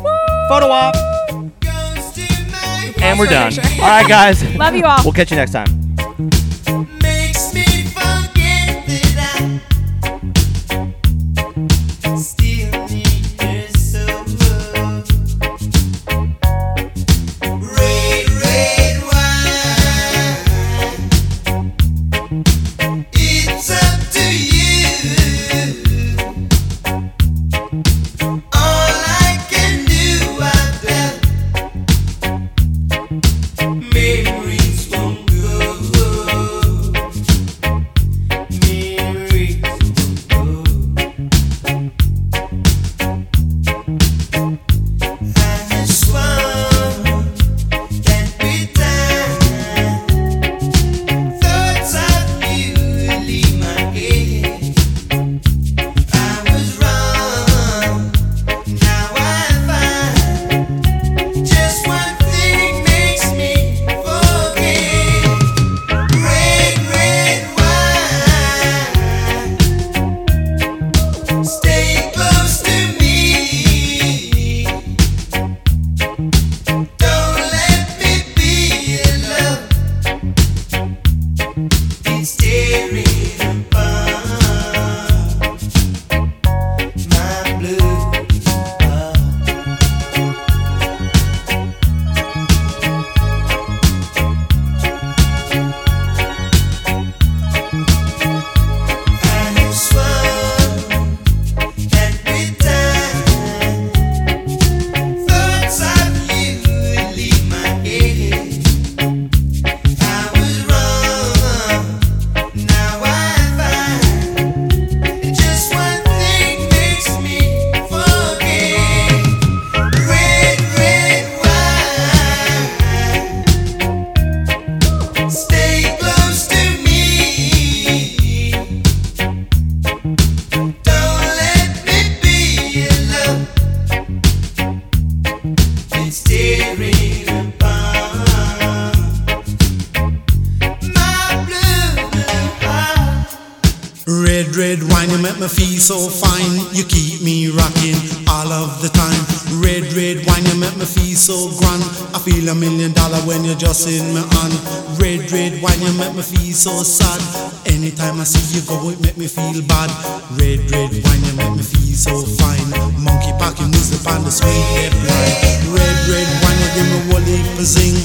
Photo op. And we're done.
That's my picture.
All right, guys.
[laughs] Love you all.
We'll catch you next time.
Makes me forget that I still need your soul. Red, red wine. It's up to you. All I can do, I've done. Memories won't go. Memories won't go. Stay close to me. Don't let me be alone. It's staring upon my blue heart. I have swum and bitten. Thoughts of you would leave my head. I was wrong. Now I find just one thing makes me forget. Red, red wine. Stay close to me. Don't let me be alone. It's tearing apart my blue, blue heart.
Red, red wine, you make me feel so fine. You keep me rocking all of the time. Red, red wine, you make me feel so grand. I feel a million dollar when you're just in my hand. Red, red wine, you make me feel so sad. Anytime I see you go, it make me feel bad. Red, red wine, you make me feel so fine. Monkey packing music on the sweet hip line. Red, red wine, you give me all heap of zing.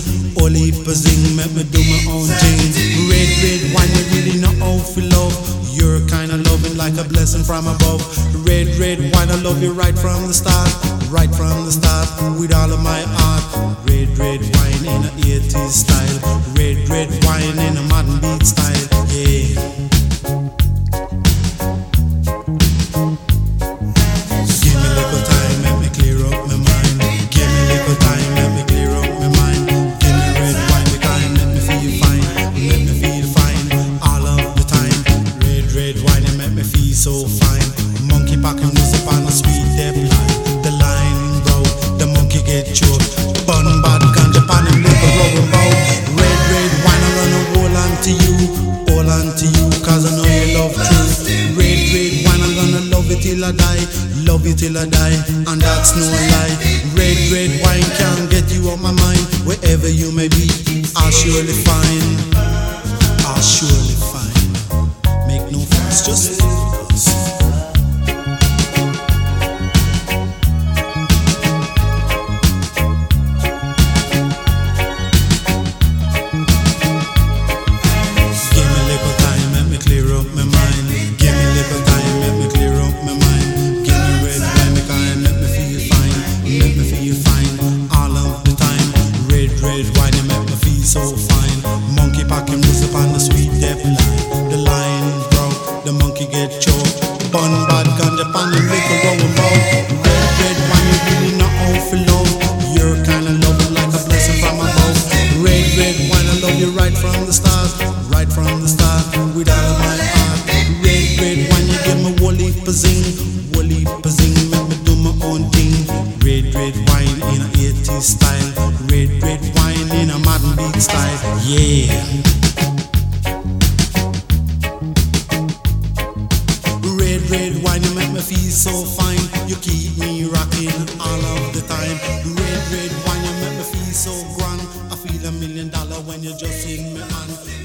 All heap of zing, make me do my own thing. Red, red wine, you really know how to love. Your kind of loving like a blessing from above. Red, red wine, I love you right from the start. Right from the start, with all of my heart. Red, red wine in a 80s style. Red, red wine in a modern beat style. Yeah. Give me little time, let me clear up my mind. Give me little time, let me clear up my mind. Give me red wine, the kind let me feel fine, let me feel fine all of the time. Red, red wine, it make me feel so fine. Monkey packing loose upon the sweet dip line. The line broke, the monkey get choked. Bun bad ganja pan him little rubber bow. Red, red wine, I'm gonna hold on to you, hold on to you, cause I know you love truth. Red, red wine, I'm gonna love it till I die, love it till I die, and that's no lie. Red, red wine can't get you off my mind. Wherever you may be, I'll surely find, I'll surely find. Make no fuss. lives just live us. Give me little time, let me clear up my mind. Give me little time, let me clear up my mind. Give me red wine, make I let me feel fine, let me feel fine all of the time. Red, red wine, you make me feel so fine. Monkey packing loose upon the sweet death line. The line broke, the monkey get choked. Bun bad ganja pan and make a round bout. Red, red wine, you really not out for love. Your kind of love like a blessing from above. Red, red wine, I love you right from the start, right from the start, with all of my heart. Red, red wine, you give me woolly pazing, woolly pazing, make me do my own thing. Red, red wine in a 80s style, red, red wine in a modern beat style, yeah. Red, red wine, you make me feel so fine. You keep me rocking all of the time. Red, red wine, you make me feel so grand. I feel a million dollar when you're just in my hand.